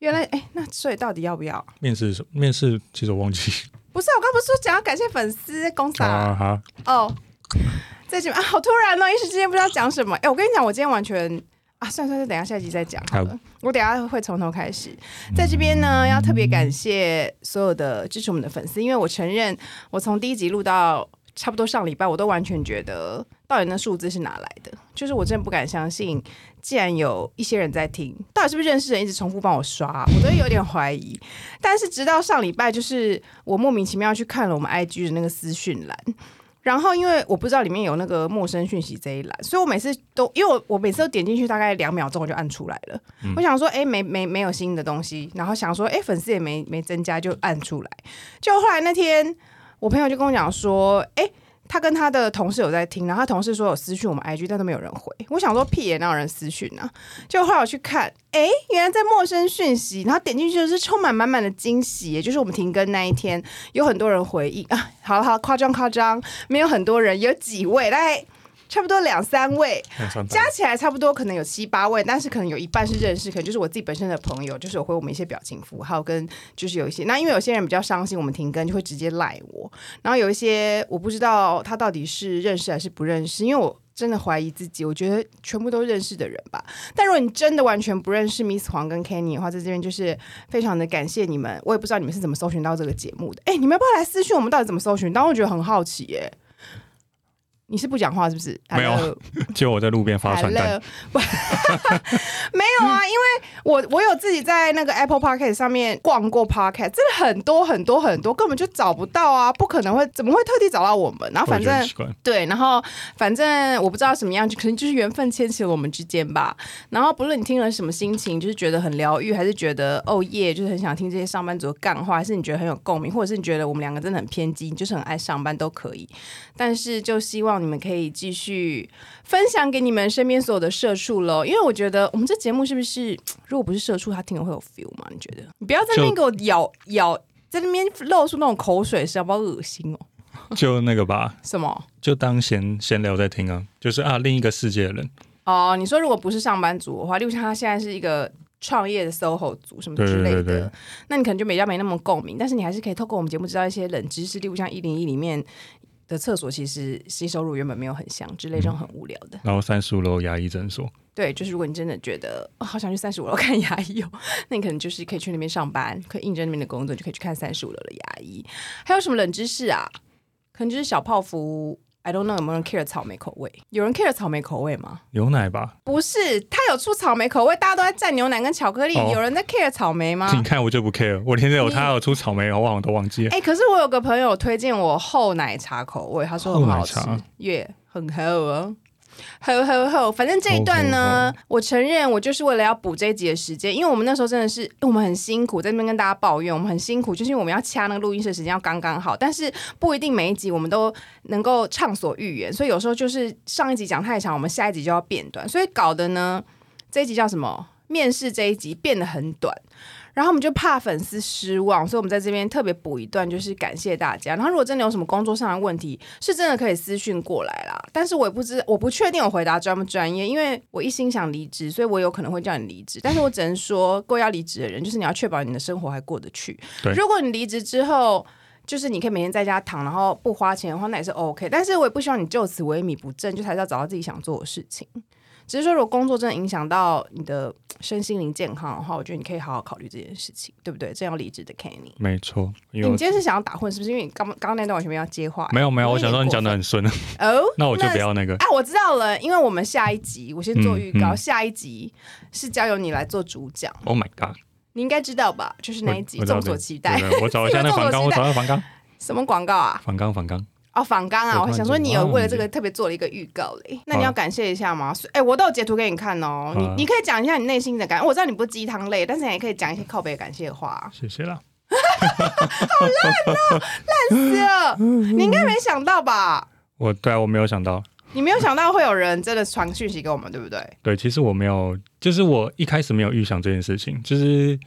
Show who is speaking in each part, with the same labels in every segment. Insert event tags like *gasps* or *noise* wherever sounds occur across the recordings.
Speaker 1: 原来哎，那所以到底要不要？
Speaker 2: 面试是什面试其实我忘记
Speaker 1: 不是，我刚不是说讲要感谢粉丝公仔
Speaker 2: 啊哈，
Speaker 1: 哦，这集啊，好突然哦，一时之间不知道讲什么。哎、我跟你讲，我今天完全啊，算了算了，等一下下集再讲好了。
Speaker 2: 好
Speaker 1: 我等一下会从头开始。在这边呢，要特别感谢所有的支持我们的粉丝，因为我承认，我从第一集录到差不多上礼拜，我都完全觉得到底那数字是哪来的，就是我真的不敢相信，既然有一些人在听，到底是不是认识人一直重复帮我刷，我都有点怀疑。但是直到上礼拜，就是我莫名其妙去看了我们 IG 的那个私讯栏。然后，因为我不知道里面有那个陌生讯息这一栏，所以我每次都，因为我我每次都点进去大概两秒钟，我就按出来了。我想说，哎、没没没有新的东西，然后想说，哎、粉丝也没没增加，就按出来。就后来那天，我朋友就跟我讲说，哎、他跟他的同事有在听，然后他同事说有私讯我们 IG，但都没有人回。我想说屁也哪有人私讯啊？就后来我去看，哎，原来在陌生讯息，然后点进去就是充满满满的惊喜，也就是我们停更那一天，有很多人回应 *laughs* 啊，好了好了夸张夸张，没有很多人，有几位，大概差不多两三位，
Speaker 2: 那算吧
Speaker 1: 加起来差不多可能有七八位，但是可能有一半是认识，可能就是我自己本身的朋友，就是有回我们一些表情符号，跟就是有一些那因为有些人比较伤心，我们停更就会直接赖我，然后有一些我不知道他到底是认识还是不认识，因为我。真的怀疑自己，我觉得全部都认识的人吧。但如果你真的完全不认识 Miss 黄跟 Kenny 的话，在这边就是非常的感谢你们。我也不知道你们是怎么搜寻到这个节目的。哎、你们要不要来私讯我们到底怎么搜寻？但我觉得很好奇耶、你是不讲话是不是？
Speaker 2: 没有
Speaker 1: Hello
Speaker 2: 就我在路边发传单，
Speaker 1: 乐，哎不， *laughs* 没有
Speaker 2: *laughs*
Speaker 1: 啊，因为我我有自己在那个 Apple Podcast 上面逛过 Podcast，真的很多很多很多，根本就找不到啊，不可能会怎么会特地找到我们？然后
Speaker 2: 我
Speaker 1: 反
Speaker 2: 觉得很
Speaker 1: 正
Speaker 2: 奇怪。
Speaker 1: 对，然后反正我不知道什么样，就可能就是缘分牵起了我们之间吧。然后不论你听了什么心情，就是觉得很疗愈，还是觉得哦耶，就是很想听这些上班族的干话，还是你觉得很有共鸣，或者是你觉得我们两个真的很偏激，你就是很爱上班都可以。但是就希望你们可以继续分享给你们身边所有的社畜喽，因为我觉得我们这节目是不是如果不是社畜，他听了会有 feel 吗？你觉得？你不要在那边给我咬咬，在那边露出那种口水声，好不好恶心哦？
Speaker 2: 就那个吧，
Speaker 1: 什么？
Speaker 2: 就当闲闲聊在听啊，就是啊，另一个世界的人，
Speaker 1: 哦，你说如果不是上班族的话，例如像他现在是一个创业的 SOHO 族什么之类的，
Speaker 2: 对对对对
Speaker 1: 那你可能就比较没那么共鸣，但是你还是可以透过我们节目知道一些冷知识，例如像一零一里面的厕所其实吸收入原本没有很像之类这种很无聊的。
Speaker 2: 然后三十五楼牙医诊所，
Speaker 1: 对，就是如果你真的觉得、哦、好想去三十五楼看牙医哦，那你可能就是可以去那边上班，可以应征那边的工作，你就可以去看三十五楼的牙医。还有什么冷知识啊？可能就是小泡芙，I don't know 有没有人 care 草莓口味？有人 care 草莓口味吗？
Speaker 2: 牛奶吧？
Speaker 1: 不是，它有出草莓口味，大家都在蘸牛奶跟巧克力，
Speaker 2: 哦
Speaker 1: 有人在 care 草莓吗？
Speaker 2: 你看我就不 care，我连着有他有出草莓，我好像都忘记了。
Speaker 1: 啊哎、可是我有个朋友推荐我厚奶茶口味，他说很好吃
Speaker 2: 厚奶茶，
Speaker 1: 耶、很厚哦。吼吼吼！反正这一段呢我承认我就是为了要补这一集的时间，因为我们那时候真的是我们很辛苦，在那边跟大家抱怨，我们很辛苦，就是因为我们要掐那个录音室的时间要刚刚好，但是不一定每一集我们都能够畅所欲言，所以有时候就是上一集讲太长，我们下一集就要变短，所以搞得呢这一集叫什么？面试这一集变得很短，然后我们就怕粉丝失望，所以我们在这边特别补一段，就是感谢大家。然后如果真的有什么工作上的问题，是真的可以私讯过来啦。但是我也不知，我不确定我回答专不专业，因为我一心想离职，所以我有可能会叫你离职。但是我只能说，各位要离职的人，就是你要确保你的生活还过得去。
Speaker 2: 对
Speaker 1: 如果你离职之后，就是你可以每天在家躺，然后不花钱的话，那也是 OK。但是我也不希望你就此萎靡不振，就是还是要找到自己想做的事情。只是说，如果工作真的影响到你的身心灵健康的话，我觉得你可以好好考虑这件事情，对不对？正要离职的 Kenny，
Speaker 2: 没错，因为
Speaker 1: 你
Speaker 2: 我
Speaker 1: 今天是想要打混是不是？因为你刚刚刚那段完全没有接话、
Speaker 2: 没有没有，
Speaker 1: 有
Speaker 2: 我想说你
Speaker 1: 点
Speaker 2: 讲的很
Speaker 1: *laughs*
Speaker 2: 顺，啊
Speaker 1: 哦，
Speaker 2: 那我就不要那个。
Speaker 1: 哎、我知道了，因为我们下一集，我先做预告，
Speaker 2: 嗯嗯
Speaker 1: 下一集是交由你来做主讲，
Speaker 2: Oh my god！
Speaker 1: 你应该知道吧？就是那一集，
Speaker 2: 我我知道
Speaker 1: 众所期待。
Speaker 2: 对对我找
Speaker 1: *laughs*
Speaker 2: 一下那
Speaker 1: 众所
Speaker 2: 个
Speaker 1: 期
Speaker 2: 反刚，我
Speaker 1: 待
Speaker 2: 找到反刚，
Speaker 1: 什么广告啊？
Speaker 2: 反刚反刚，
Speaker 1: 哦，仿纲啊！
Speaker 2: 我
Speaker 1: 我
Speaker 2: 突然
Speaker 1: 想说，
Speaker 2: 间
Speaker 1: 你有
Speaker 2: 忘
Speaker 1: 为了
Speaker 2: 记
Speaker 1: 这个特别做了一个预告嘞，那你要感谢一下吗？所以哎、我都有截图给你看哦，你
Speaker 2: 啊
Speaker 1: 你可以讲一下你内心的感，我知道你不鸡汤类，但是你也可以讲一些靠北感谢话啊。
Speaker 2: 谢谢啦。
Speaker 1: 是啊，你应该没想到吧？
Speaker 2: 我对啊，我没有想到，
Speaker 1: 你没有想到会有人真的传讯息给我们，对不对？
Speaker 2: 对，其实我没有，就是我一开始没有预想这件事情，就是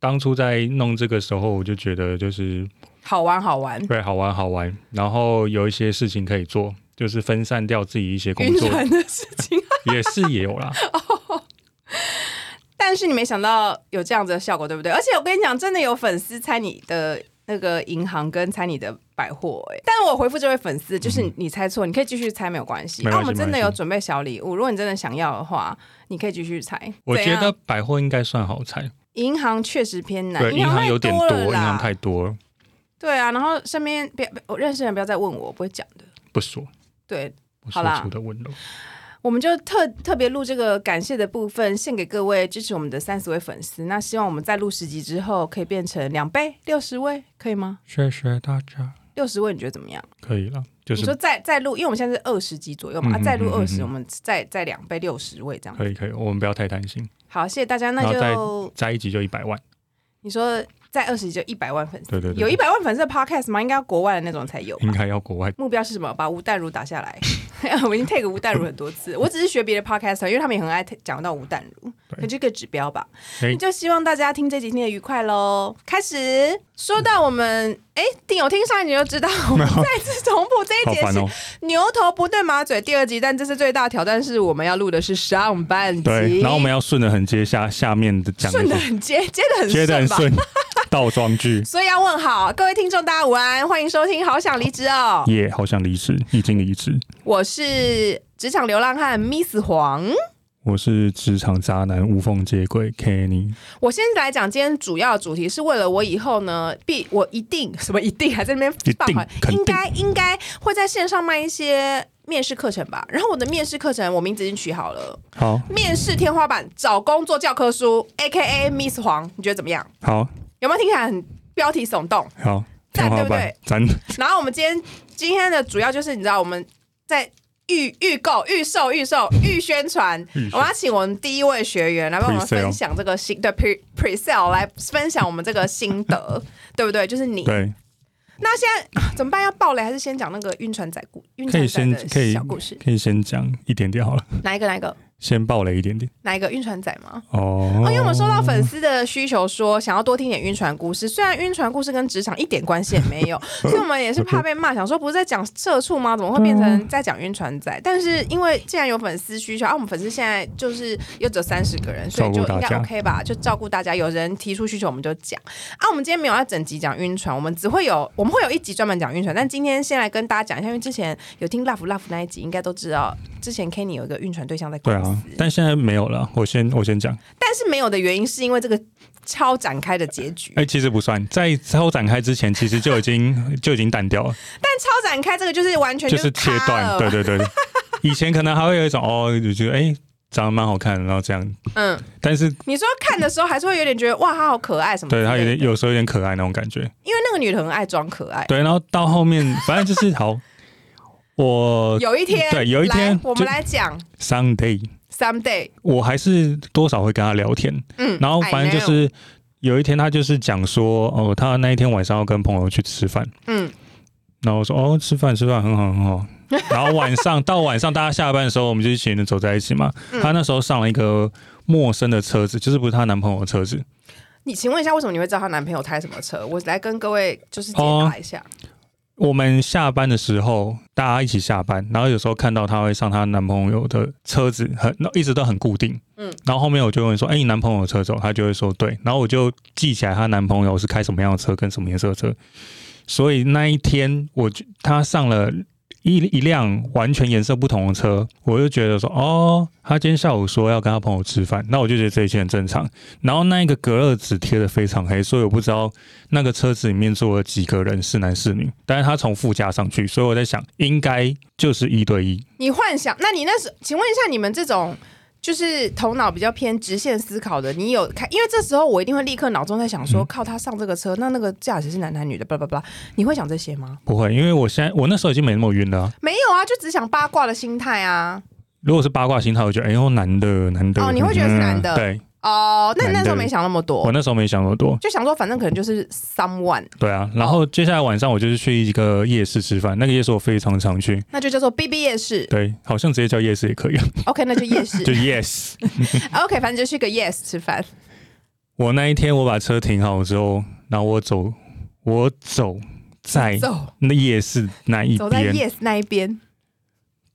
Speaker 2: 当初在弄这个时候，我就觉得就是
Speaker 1: 好玩好玩，
Speaker 2: 对，好玩好玩，然后有一些事情可以做，就是分散掉自己一些工
Speaker 1: 晕 *laughs*
Speaker 2: 作，
Speaker 1: 船的事情。
Speaker 2: 也是也有啦。
Speaker 1: *laughs* 但是你没想到有这样子的效果，对不对？而且我跟你讲，真的有粉丝猜你的那个银行跟猜你的百货、哎，但我回复这位粉丝，就是你你猜错，你可以继续猜，没有关系。
Speaker 2: 没
Speaker 1: 那、
Speaker 2: 关系
Speaker 1: 我们真的
Speaker 2: 没关系
Speaker 1: 有准备小礼物，如果你真的想要的话，你可以继续猜。
Speaker 2: 我觉
Speaker 1: 怎
Speaker 2: 得
Speaker 1: 样
Speaker 2: 百货应该算好猜，银
Speaker 1: 银行确实偏难，
Speaker 2: 对，银行
Speaker 1: 太
Speaker 2: 有点
Speaker 1: 多
Speaker 2: 多，
Speaker 1: 了
Speaker 2: 银
Speaker 1: 啦
Speaker 2: 行太多了，
Speaker 1: 对啊。然后身边别我认识的人不要再问我，我不会讲的。
Speaker 2: 不说
Speaker 1: 对，
Speaker 2: 不
Speaker 1: 好
Speaker 2: 说
Speaker 1: 啦
Speaker 2: 出的温柔。
Speaker 1: 我们就特特别录这个感谢的部分，献给各位支持我们的三十位粉丝。那希望我们在录十集之后，可以变成两倍，六十位，可以吗？
Speaker 2: 谢谢大家，
Speaker 1: 六十位你觉得怎么样？
Speaker 2: 可以了，就
Speaker 1: 你说
Speaker 2: 是
Speaker 1: 再再录，因为我们现在是二十集左右
Speaker 2: 嗯
Speaker 1: 嘛，啊，
Speaker 2: 嗯
Speaker 1: 再录
Speaker 2: 嗯
Speaker 1: 二
Speaker 2: 嗯
Speaker 1: 十，
Speaker 2: 嗯
Speaker 1: 我们再再两倍，六十位这样。
Speaker 2: 可以可以，我们不要太担心，
Speaker 1: 好，谢谢大家。那
Speaker 2: 然后再
Speaker 1: 就
Speaker 2: 摘一集就一百万，
Speaker 1: 你说在二十集就一百万粉丝，
Speaker 2: 对对对，
Speaker 1: 有一百万粉丝的 podcast 吗？应该要国外的那种才有吧
Speaker 2: 应。该要国外，
Speaker 1: 目标是什么？把吴淡如打下来。 *laughs* 我已经 take 吴淡如很多
Speaker 2: *laughs*
Speaker 1: 次，我只是学别的 podcast，因为他们也很爱 take- 讲到吴淡如，
Speaker 2: 对
Speaker 1: 那这个指标吧。
Speaker 2: 哎
Speaker 1: 就希望大家听这集听的愉快喽。开始说到我
Speaker 2: 嗯
Speaker 1: 们，哎，定有听上一集就知道，我们再次重复这
Speaker 2: *laughs* 好
Speaker 1: 一节
Speaker 2: 烦
Speaker 1: 是
Speaker 2: 哦，
Speaker 1: 牛头不对马嘴第二集，但这次最大的挑战是我们要录的是上半集，
Speaker 2: 对，然后我们要顺着很接下下面的讲的
Speaker 1: 顺的
Speaker 2: 东西，
Speaker 1: 很接，接
Speaker 2: *laughs*
Speaker 1: 的很
Speaker 2: 接的
Speaker 1: 顺
Speaker 2: 很
Speaker 1: 吧。
Speaker 2: 顺，倒装
Speaker 1: *laughs*
Speaker 2: 句，
Speaker 1: 所以要问好，各位听众大家午安，欢迎收听《好想离职哦》，
Speaker 2: 耶，好想离职，已经离职，
Speaker 1: 我是职场流浪汉 Miss 黄。
Speaker 2: 我是职场渣男，无缝接轨，Kenny，
Speaker 1: 我先来讲今天主要的主题，是为了我以后呢，必我一定 *laughs* 什么一定还在那
Speaker 2: 一定
Speaker 1: 边放话，
Speaker 2: 肯定
Speaker 1: 应该应该会在线上卖一些面试课程吧。然后我的面试课程我名字已经取好了，
Speaker 2: 好
Speaker 1: 面试天花板找工作教科书，A K A Miss 黄，你觉得怎么样？
Speaker 2: 好
Speaker 1: 有没有听起来很标题耸动？
Speaker 2: 好，
Speaker 1: 赞
Speaker 2: 天花板
Speaker 1: 对
Speaker 2: 咱
Speaker 1: 然后我们今天今天的主要就是你知道我们在。预预购、预售、预售、预宣传，
Speaker 2: 预
Speaker 1: 我们要请我们第一位学员来帮我们
Speaker 2: Pre-sale
Speaker 1: 分享这个心对 pre pre sale 来分享我们这个心
Speaker 2: *laughs*
Speaker 1: 得，对不对？就是你
Speaker 2: 对，
Speaker 1: 那现在、啊怎么办？要爆雷还是先讲那个晕船仔故晕
Speaker 2: 可以
Speaker 1: 船仔
Speaker 2: 先可
Speaker 1: 的
Speaker 2: 以
Speaker 1: 小故事？
Speaker 2: 可以先讲一点点好了，
Speaker 1: 哪一个？哪一个？
Speaker 2: 先爆雷一点点
Speaker 1: 哪一个晕船仔吗？
Speaker 2: 哦，
Speaker 1: 哦，因为我们收到粉丝的需求说想要多听点晕船故事，虽然晕船故事跟职场一点关系也没
Speaker 2: *laughs*
Speaker 1: 有，所以我们也是怕被骂，想说不是在讲社畜吗？怎么会变
Speaker 2: 嗯
Speaker 1: 成在讲晕船仔？但是因为既然有粉丝需求，啊，我们粉丝现在就是又只有三十个人，所以就应
Speaker 2: 照顾大
Speaker 1: 该
Speaker 2: 家
Speaker 1: OK 吧？就照顾大家，有人提出需求我们就讲啊。我们今天没有要整集讲晕船，我们只会有我们会有一集专门讲晕船，但今天先来跟大家讲一下，因为之前有听 Love Love 那一集，应该都知道之前 Kenny 有一个晕船对象在公
Speaker 2: 对
Speaker 1: 司，
Speaker 2: 啊，但现在没有了，我先我先讲，
Speaker 1: 但是没有的原因是因为这个超展开的结局。
Speaker 2: 哎、其实不算，在超展开之前，其实就已经 *laughs* 就已经淡掉了，
Speaker 1: 但超展开这个就是完全
Speaker 2: 就是是切
Speaker 1: 塌
Speaker 2: 断，
Speaker 1: 了
Speaker 2: 对对
Speaker 1: *laughs*
Speaker 2: 对，对以前可能还会有一种哦，就觉得哎、长得蛮好看的，然后这样，
Speaker 1: 嗯，
Speaker 2: 但是
Speaker 1: 你说看的时候还是会有点觉得哇，她好可爱嗯什么之类
Speaker 2: 对
Speaker 1: 的？
Speaker 2: 他有点有时候有点可爱那种感觉，
Speaker 1: 因为那个女的很爱装可爱。
Speaker 2: 对，然后到
Speaker 1: *laughs*
Speaker 2: 后面，反正就是好，我
Speaker 1: 有一天，
Speaker 2: 对有一天
Speaker 1: 来我
Speaker 2: 就
Speaker 1: 们来讲
Speaker 2: Sunday，
Speaker 1: someday，
Speaker 2: 我还是多少会跟他聊天，
Speaker 1: 嗯，
Speaker 2: 然后反正就
Speaker 1: I know，
Speaker 2: 是有一天他就是讲说，哦，他那一天晚上要跟朋友去吃饭，
Speaker 1: 嗯，
Speaker 2: 然后我说哦，吃饭吃饭很好
Speaker 1: *laughs*
Speaker 2: 很好，然后晚上到晚上大家下班的时候，我们就一群人走在一起嘛，
Speaker 1: 嗯
Speaker 2: 他那时候上了一个陌生的车子，就是不是她男朋友的车子，
Speaker 1: 你请问一下，为什么你会知道她男朋友开什么车？我来跟各位就是解
Speaker 2: 哦
Speaker 1: 答一下。
Speaker 2: 我们下班的时候，大家一起下班，然后有时候看到她会上她男朋友的车子，很那一直都很固定。
Speaker 1: 嗯
Speaker 2: 嗯，然后后面我就问说：“哎、你男朋友的车走？”她就会说：“对。”然后我就记起来她男朋友是开什么样的车，跟什么颜色的车。所以那一天，我就她上了一一辆完全颜色不同的车，我就觉得说：“哦，她今天下午说要跟她朋友吃饭。”那我就觉得这一切很正常。然后那一个隔热纸贴的非常黑，所以我不知道那个车子里面坐了几个人，是男是女。但是他从副驾上去，所以我在想，应该就是一对一。
Speaker 1: 你幻想，那你那时，请问一下，你们这种就是头脑比较偏直线思考的，你有看？因为这时候我一定会立刻脑中在想说，
Speaker 2: 嗯
Speaker 1: 靠，他上这个车，那那个驾驶是男男女的，巴拉巴拉，你会想这些吗？
Speaker 2: 不会，因为我现在我那时候已经没那么晕了啊、
Speaker 1: 没有啊，就只想八卦的心态啊。
Speaker 2: 如果是八卦心态，我觉得哎呦男的男的嗯
Speaker 1: 哦你会觉得是男的
Speaker 2: 对
Speaker 1: 哦，那你那
Speaker 2: 男的
Speaker 1: 时候没想那么
Speaker 2: 我
Speaker 1: 多，
Speaker 2: 那时候没想那么多，
Speaker 1: 就想说反正可能就是 someone，
Speaker 2: 对啊。然后接下来晚上我就是去一个夜市吃饭，那个夜市我非常常去，
Speaker 1: 那就叫做 B B 夜市。
Speaker 2: 对，好像直接叫夜市
Speaker 1: *laughs*
Speaker 2: 也可以，啊
Speaker 1: OK，那就夜市
Speaker 2: *laughs* 就。yes。
Speaker 1: OK，反正就去个 yes 吃饭。
Speaker 2: 我那一天我把车停好之后，然后我走，我走在
Speaker 1: *laughs* 走
Speaker 2: 那夜市那一
Speaker 1: 走在
Speaker 2: 哎边，
Speaker 1: yes 那一边，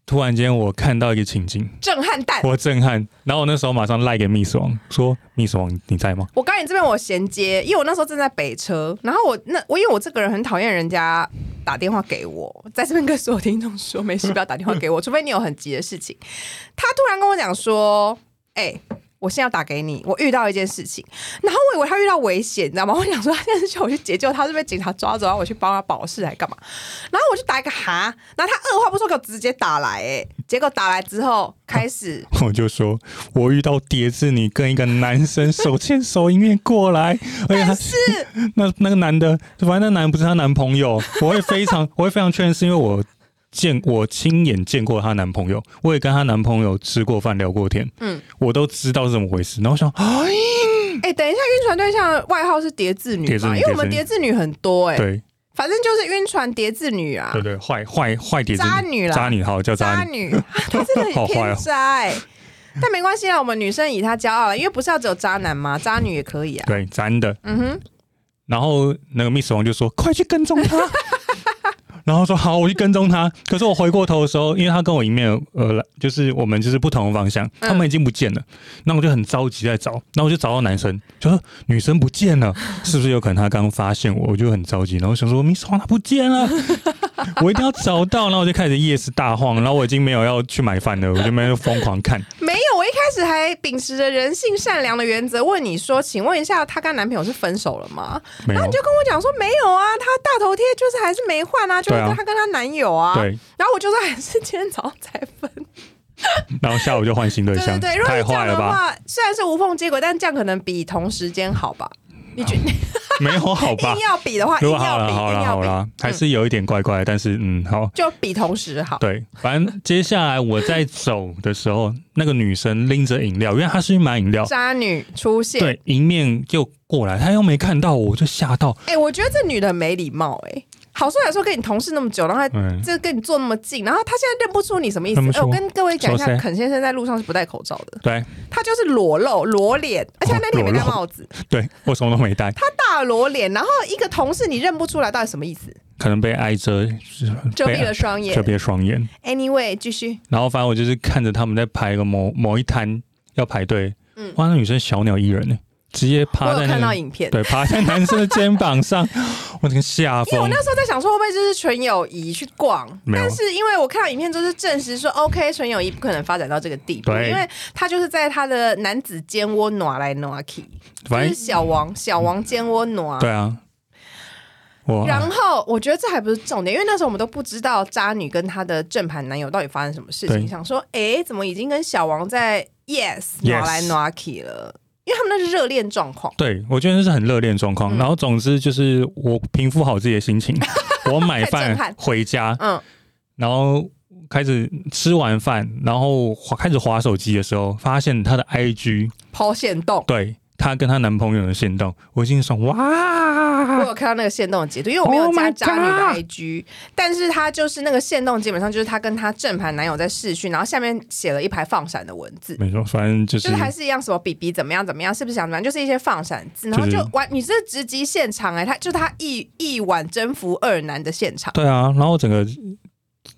Speaker 2: 突然间我看到一个情境，
Speaker 1: 震撼弹。
Speaker 2: *laughs* 我震撼，然后我那时候马上赖给密斯王说：“密斯王你在吗 *laughs*
Speaker 1: 我刚才这边我衔接，因为我那时候正在北车，然后我那我因为我这个人很讨厌人家打电话给我，在这边跟所有听众说，没事不要打电话给我，除非你有很急的事情。他突然跟我讲说：“哎、我现在要打给你，我遇到一件事情。”然后我以为他遇到危险，你知道吗？我想说他现在是叫我去解救他，是被警察抓走，然后我去帮他保释还干嘛？然后我就打一个哈，然后他二话不说给我直接打来、哎，结果打来之后开始。？”
Speaker 2: 我就说：“我遇到叠字你跟一个男生手牵手迎面过来，而且他
Speaker 1: 是
Speaker 2: 那那个男的，反正那男的不是她男朋友，我会非常 *laughs* 我会非常确认，是因为我见我亲眼见过她男朋友，我也跟她男朋友吃过饭聊过天，
Speaker 1: 嗯
Speaker 2: 嗯，我都知道是怎么回事。然后我想，哎，
Speaker 1: 哎、等一下，晕船对象的外号是叠字女
Speaker 2: 叠字
Speaker 1: 嘛？
Speaker 2: 女
Speaker 1: 因为我们叠
Speaker 2: 叠
Speaker 1: 字女很多哎、
Speaker 2: 对
Speaker 1: 反正就是晕船叠字女啊
Speaker 2: 对，对，坏坏坏叠字
Speaker 1: 渣女啦
Speaker 2: 渣女好叫渣
Speaker 1: 渣
Speaker 2: 女，
Speaker 1: 女，啊她
Speaker 2: *laughs*
Speaker 1: 真的很
Speaker 2: 好坏
Speaker 1: 偏
Speaker 2: 哦
Speaker 1: 渣哎、但没关系啦，我们女生以她骄傲了，因为不是要只有渣男吗？渣女也可以啊。
Speaker 2: 对，男的。
Speaker 1: 嗯哼，
Speaker 2: 然后那个 Miss 王就说：“快去跟
Speaker 1: *laughs*
Speaker 2: 踪他。”然后说：“好，我去跟踪他。”可是我回过头的时候，因为他跟我迎面而来，就是我们就是不同的方向，
Speaker 1: 嗯
Speaker 2: 他们已经不见了。那、我就很着急在找，那我就找到男生，就说女生不见
Speaker 1: *laughs*
Speaker 2: 了，是不是有可能他刚发现我？我就很着急，然后想说 Miss 王他不见
Speaker 1: *laughs*
Speaker 2: 了，我一定要找到。然后我就开始夜市大晃，然后我已经没有要去买饭了，我就没有疯狂看。
Speaker 1: 没有，我一开始还秉持着人性善良的原则问你说，请问一下，她跟男朋友是分手了吗？
Speaker 2: 没有
Speaker 1: 然后你，就跟我讲说没有啊，她大头贴就是还是没换啊，就是
Speaker 2: 对啊
Speaker 1: 跟她跟她男友啊。
Speaker 2: 对，
Speaker 1: 然后我就说还是今天早上才分。
Speaker 2: 然后下午就换新对
Speaker 1: 对对
Speaker 2: 象，
Speaker 1: 对，如果
Speaker 2: 太
Speaker 1: 是这
Speaker 2: 坏
Speaker 1: 样
Speaker 2: 了
Speaker 1: 的
Speaker 2: 吧？
Speaker 1: 话，虽然是无缝接轨，但这样可能比同时间好吧？你觉得
Speaker 2: 没有好吧
Speaker 1: *laughs* 硬？要比的话，硬
Speaker 2: 如果好
Speaker 1: 要
Speaker 2: 了
Speaker 1: 比，
Speaker 2: 好了
Speaker 1: 硬要
Speaker 2: 好
Speaker 1: 比，
Speaker 2: 了，还是有一点怪怪的，但是嗯好，
Speaker 1: 就比同时好。
Speaker 2: 对，反正接下来我在走的时候，那个女生拎着饮料，因为她是去买饮料，
Speaker 1: 渣女出现，
Speaker 2: 对，迎面就过来，她又没看到我，我就吓到，
Speaker 1: 哎、我觉得这女的很没礼貌、哎，好说歹说跟你同事那么久，然后还
Speaker 2: 嗯，
Speaker 1: 这跟你坐那么近，然后她现在认不出你什么意思？
Speaker 2: 认不
Speaker 1: 哎
Speaker 2: 出
Speaker 1: 我跟各位讲一下
Speaker 2: 说，谁
Speaker 1: 肯先生在路上是不戴口罩的，
Speaker 2: 对
Speaker 1: 他就是裸露、裸脸，而且他那天没戴
Speaker 2: 裸露
Speaker 1: 帽子，
Speaker 2: 对，我什么都没
Speaker 1: *laughs*
Speaker 2: 带，
Speaker 1: 他大裸脸，然后一个同事你认不出来，到底什么意思？
Speaker 2: 可能被挨遮
Speaker 1: 遮蔽了
Speaker 2: 被
Speaker 1: 双
Speaker 2: 啊遮
Speaker 1: 眼。
Speaker 2: 蔽了双眼，
Speaker 1: Anyway，继续。
Speaker 2: 然后反正我就是看着他们在排个某某一摊要排队，
Speaker 1: 嗯
Speaker 2: 哇，那女生小鸟依人呢，直接趴
Speaker 1: 我
Speaker 2: 在
Speaker 1: 有
Speaker 2: 那
Speaker 1: 看到
Speaker 2: 个
Speaker 1: 影片，
Speaker 2: 对趴在男生的肩膀上， *laughs* 我整个吓
Speaker 1: 因为我
Speaker 2: 疯，
Speaker 1: 那时候在想说，会不会就是纯友谊去逛？
Speaker 2: 没有
Speaker 1: 但是因为我看到影片，就是证实说，OK，纯友谊不可能发展到这个地步，
Speaker 2: 对
Speaker 1: 因为他就是在他的男子间窝挪来挪去，就
Speaker 2: 反
Speaker 1: 是
Speaker 2: 正
Speaker 1: 小王小王间窝挪。
Speaker 2: 对啊，我
Speaker 1: 然后我觉得这还不是重点，因为那时候我们都不知道渣女跟她的正牌男友到底发生什么事情，
Speaker 2: 对
Speaker 1: 想说，哎，怎么已经跟小王在 yes 挪
Speaker 2: Yes
Speaker 1: 来挪去了？因为他们那是热恋状况，
Speaker 2: 对，我觉得那是很热恋的状况。
Speaker 1: 嗯
Speaker 2: 然后总之就是我平复好自己的
Speaker 1: *laughs*
Speaker 2: 心情，我买
Speaker 1: 太震撼
Speaker 2: 饭回家，
Speaker 1: 嗯，
Speaker 2: 然后开始吃完饭，然后滑开始划手机的时候，发现她的 IG
Speaker 1: 抛线洞。
Speaker 2: 对她跟她男朋友的线动，我心里说
Speaker 1: 我
Speaker 2: 哇，
Speaker 1: 有看到那个线动的截图，因为我没有
Speaker 2: Oh
Speaker 1: 加
Speaker 2: my
Speaker 1: 渣女的
Speaker 2: God
Speaker 1: IG，、但是她就是那个线动，基本上就是她跟她正牌男友在视讯，然后下面写了一排放闪的文字。
Speaker 2: 没错，反正嗯就是
Speaker 1: 就是还是一样，什么 BB 怎么样怎么样，是不是想怎么样？就是一些放闪字，然后
Speaker 2: 就是
Speaker 1: 就完，你这直击现场哎、他就他一一晚征服二男的现场，
Speaker 2: 对啊。然后整个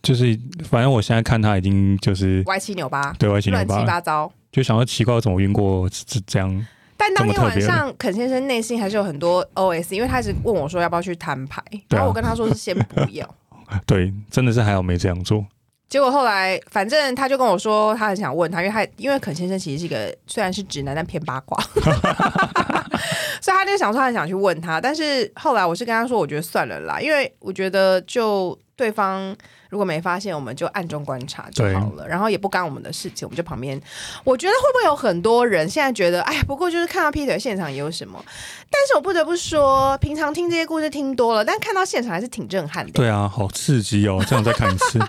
Speaker 2: 就是反正我现在看她已经就是
Speaker 1: 歪七扭八，
Speaker 2: 对外形
Speaker 1: 乱
Speaker 2: 扭
Speaker 1: 七
Speaker 2: 吧，
Speaker 1: 八糟。
Speaker 2: 就想到奇怪我怎么晕过这这样，
Speaker 1: 但当天
Speaker 2: 这么特
Speaker 1: 晚
Speaker 2: 别的
Speaker 1: 上，肯先生内心还是有很多 OS，因为他一直问我说要不要去摊牌，
Speaker 2: 对啊
Speaker 1: 然后我跟他说是先不要，
Speaker 2: 对，真的是还好没这样做。
Speaker 1: 结果后来，反正他就跟我说，他很想问他，因为他因为肯先生其实是一个虽然是直男，但偏八卦， *laughs* 所以他就想说他很想去问他，但是后来我是跟他说，我觉得算了啦，因为我觉得就对方如果没发现，我们就暗中观察就好了，然后也不干我们的事情，我们就旁边。我觉得会不会有很多人现在觉得，哎呀，不过就是看到劈腿现场也有什么？但是我不得不说，平常听这些故事听多了，但看到现场还是挺震撼的。
Speaker 2: 对啊，好刺激哦！这样再看
Speaker 1: *laughs*
Speaker 2: 一次，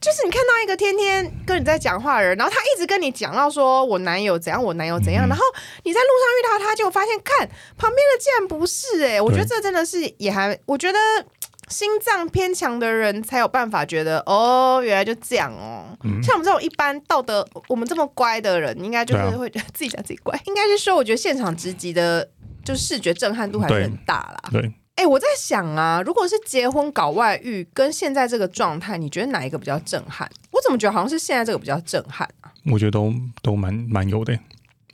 Speaker 1: 就是你看到一个天天跟你在讲话的人，然后他一直跟你讲到说我男友怎样，我男友怎样，
Speaker 2: 嗯
Speaker 1: 然后你在路上遇到他，就发现看旁边的竟然不是哎、我觉得这真的是也还，我觉得心脏偏强的人才有办法觉得哦，原来就这样哦。
Speaker 2: 嗯
Speaker 1: 像我们这种一般道德我们这么乖的人，应该就是
Speaker 2: 对啊
Speaker 1: 会、自己讲自己乖，应该是说我觉得现场直击的。就视觉震撼度还是
Speaker 2: 对
Speaker 1: 很大啦，
Speaker 2: 对，
Speaker 1: 哎、我在想啊，如果是结婚搞外遇，跟现在这个状态，你觉得哪一个比较震撼？我怎么觉得好像是现在这个比较震撼啊？
Speaker 2: 我觉得都都蛮蛮有的。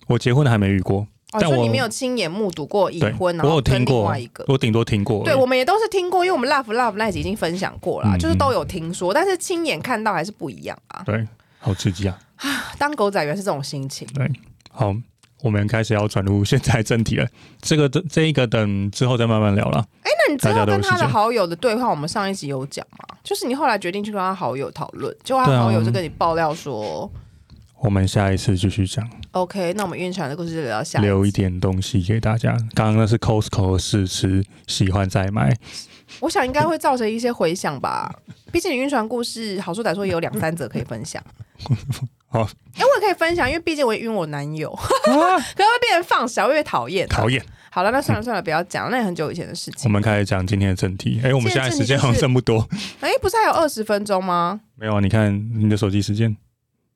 Speaker 2: 我结婚的还没遇过，
Speaker 1: 哦，
Speaker 2: 但
Speaker 1: 说
Speaker 2: 我
Speaker 1: 你没有亲眼目睹过已
Speaker 2: 对，
Speaker 1: 婚，然
Speaker 2: 我
Speaker 1: 后
Speaker 2: 有听
Speaker 1: 跟另
Speaker 2: 过
Speaker 1: 外一个，。
Speaker 2: 我顶多听过而已。
Speaker 1: 对，我们也都是听过，因为我们 Love Love 那一集已经分享过了，啊
Speaker 2: 嗯
Speaker 1: 就是都有听说，但是亲眼看到还是不一样啊。
Speaker 2: 对，好刺激啊！
Speaker 1: 当狗仔原来是这种心情，
Speaker 2: 好，我们开始要转入现在正题了。这个这这一个等之后再慢慢聊啦。
Speaker 1: 哎那你知
Speaker 2: 大家
Speaker 1: 道
Speaker 2: 都有
Speaker 1: 跟他
Speaker 2: 时
Speaker 1: 的
Speaker 2: 间
Speaker 1: 好友的对话，我们上一集有讲吗？就是你后来决定去跟他好友讨论，结果
Speaker 2: 对
Speaker 1: 他
Speaker 2: 啊
Speaker 1: 好友就跟你爆料说、
Speaker 2: 我们下一次继续讲，
Speaker 1: o k 那我们晕船的故事就聊到下一
Speaker 2: 留一
Speaker 1: 集。
Speaker 2: 点东西给大家。刚刚那是 Costco 的试吃，喜欢再买。
Speaker 1: 我想应该会造成一些回响
Speaker 2: *laughs*
Speaker 1: 吧，毕竟你晕船故事好说歹说也有两三则可以分享。
Speaker 2: *laughs* 好
Speaker 1: 哎、我也可以分享，因为毕竟我也晕我男友， *laughs* 可能会变成放小，会被讨厌。
Speaker 2: 讨厌，
Speaker 1: 好了，那算了算了，不要讲，那也很久以前的事
Speaker 2: 我
Speaker 1: 情。
Speaker 2: 们开始讲今天的正题。哎，我们
Speaker 1: 现在
Speaker 2: 现在
Speaker 1: 正
Speaker 2: 时间
Speaker 1: 题就
Speaker 2: 好像
Speaker 1: 是
Speaker 2: 剩不多，
Speaker 1: 哎、不是还有二十分钟吗？
Speaker 2: 没有啊？你看你的手机时间，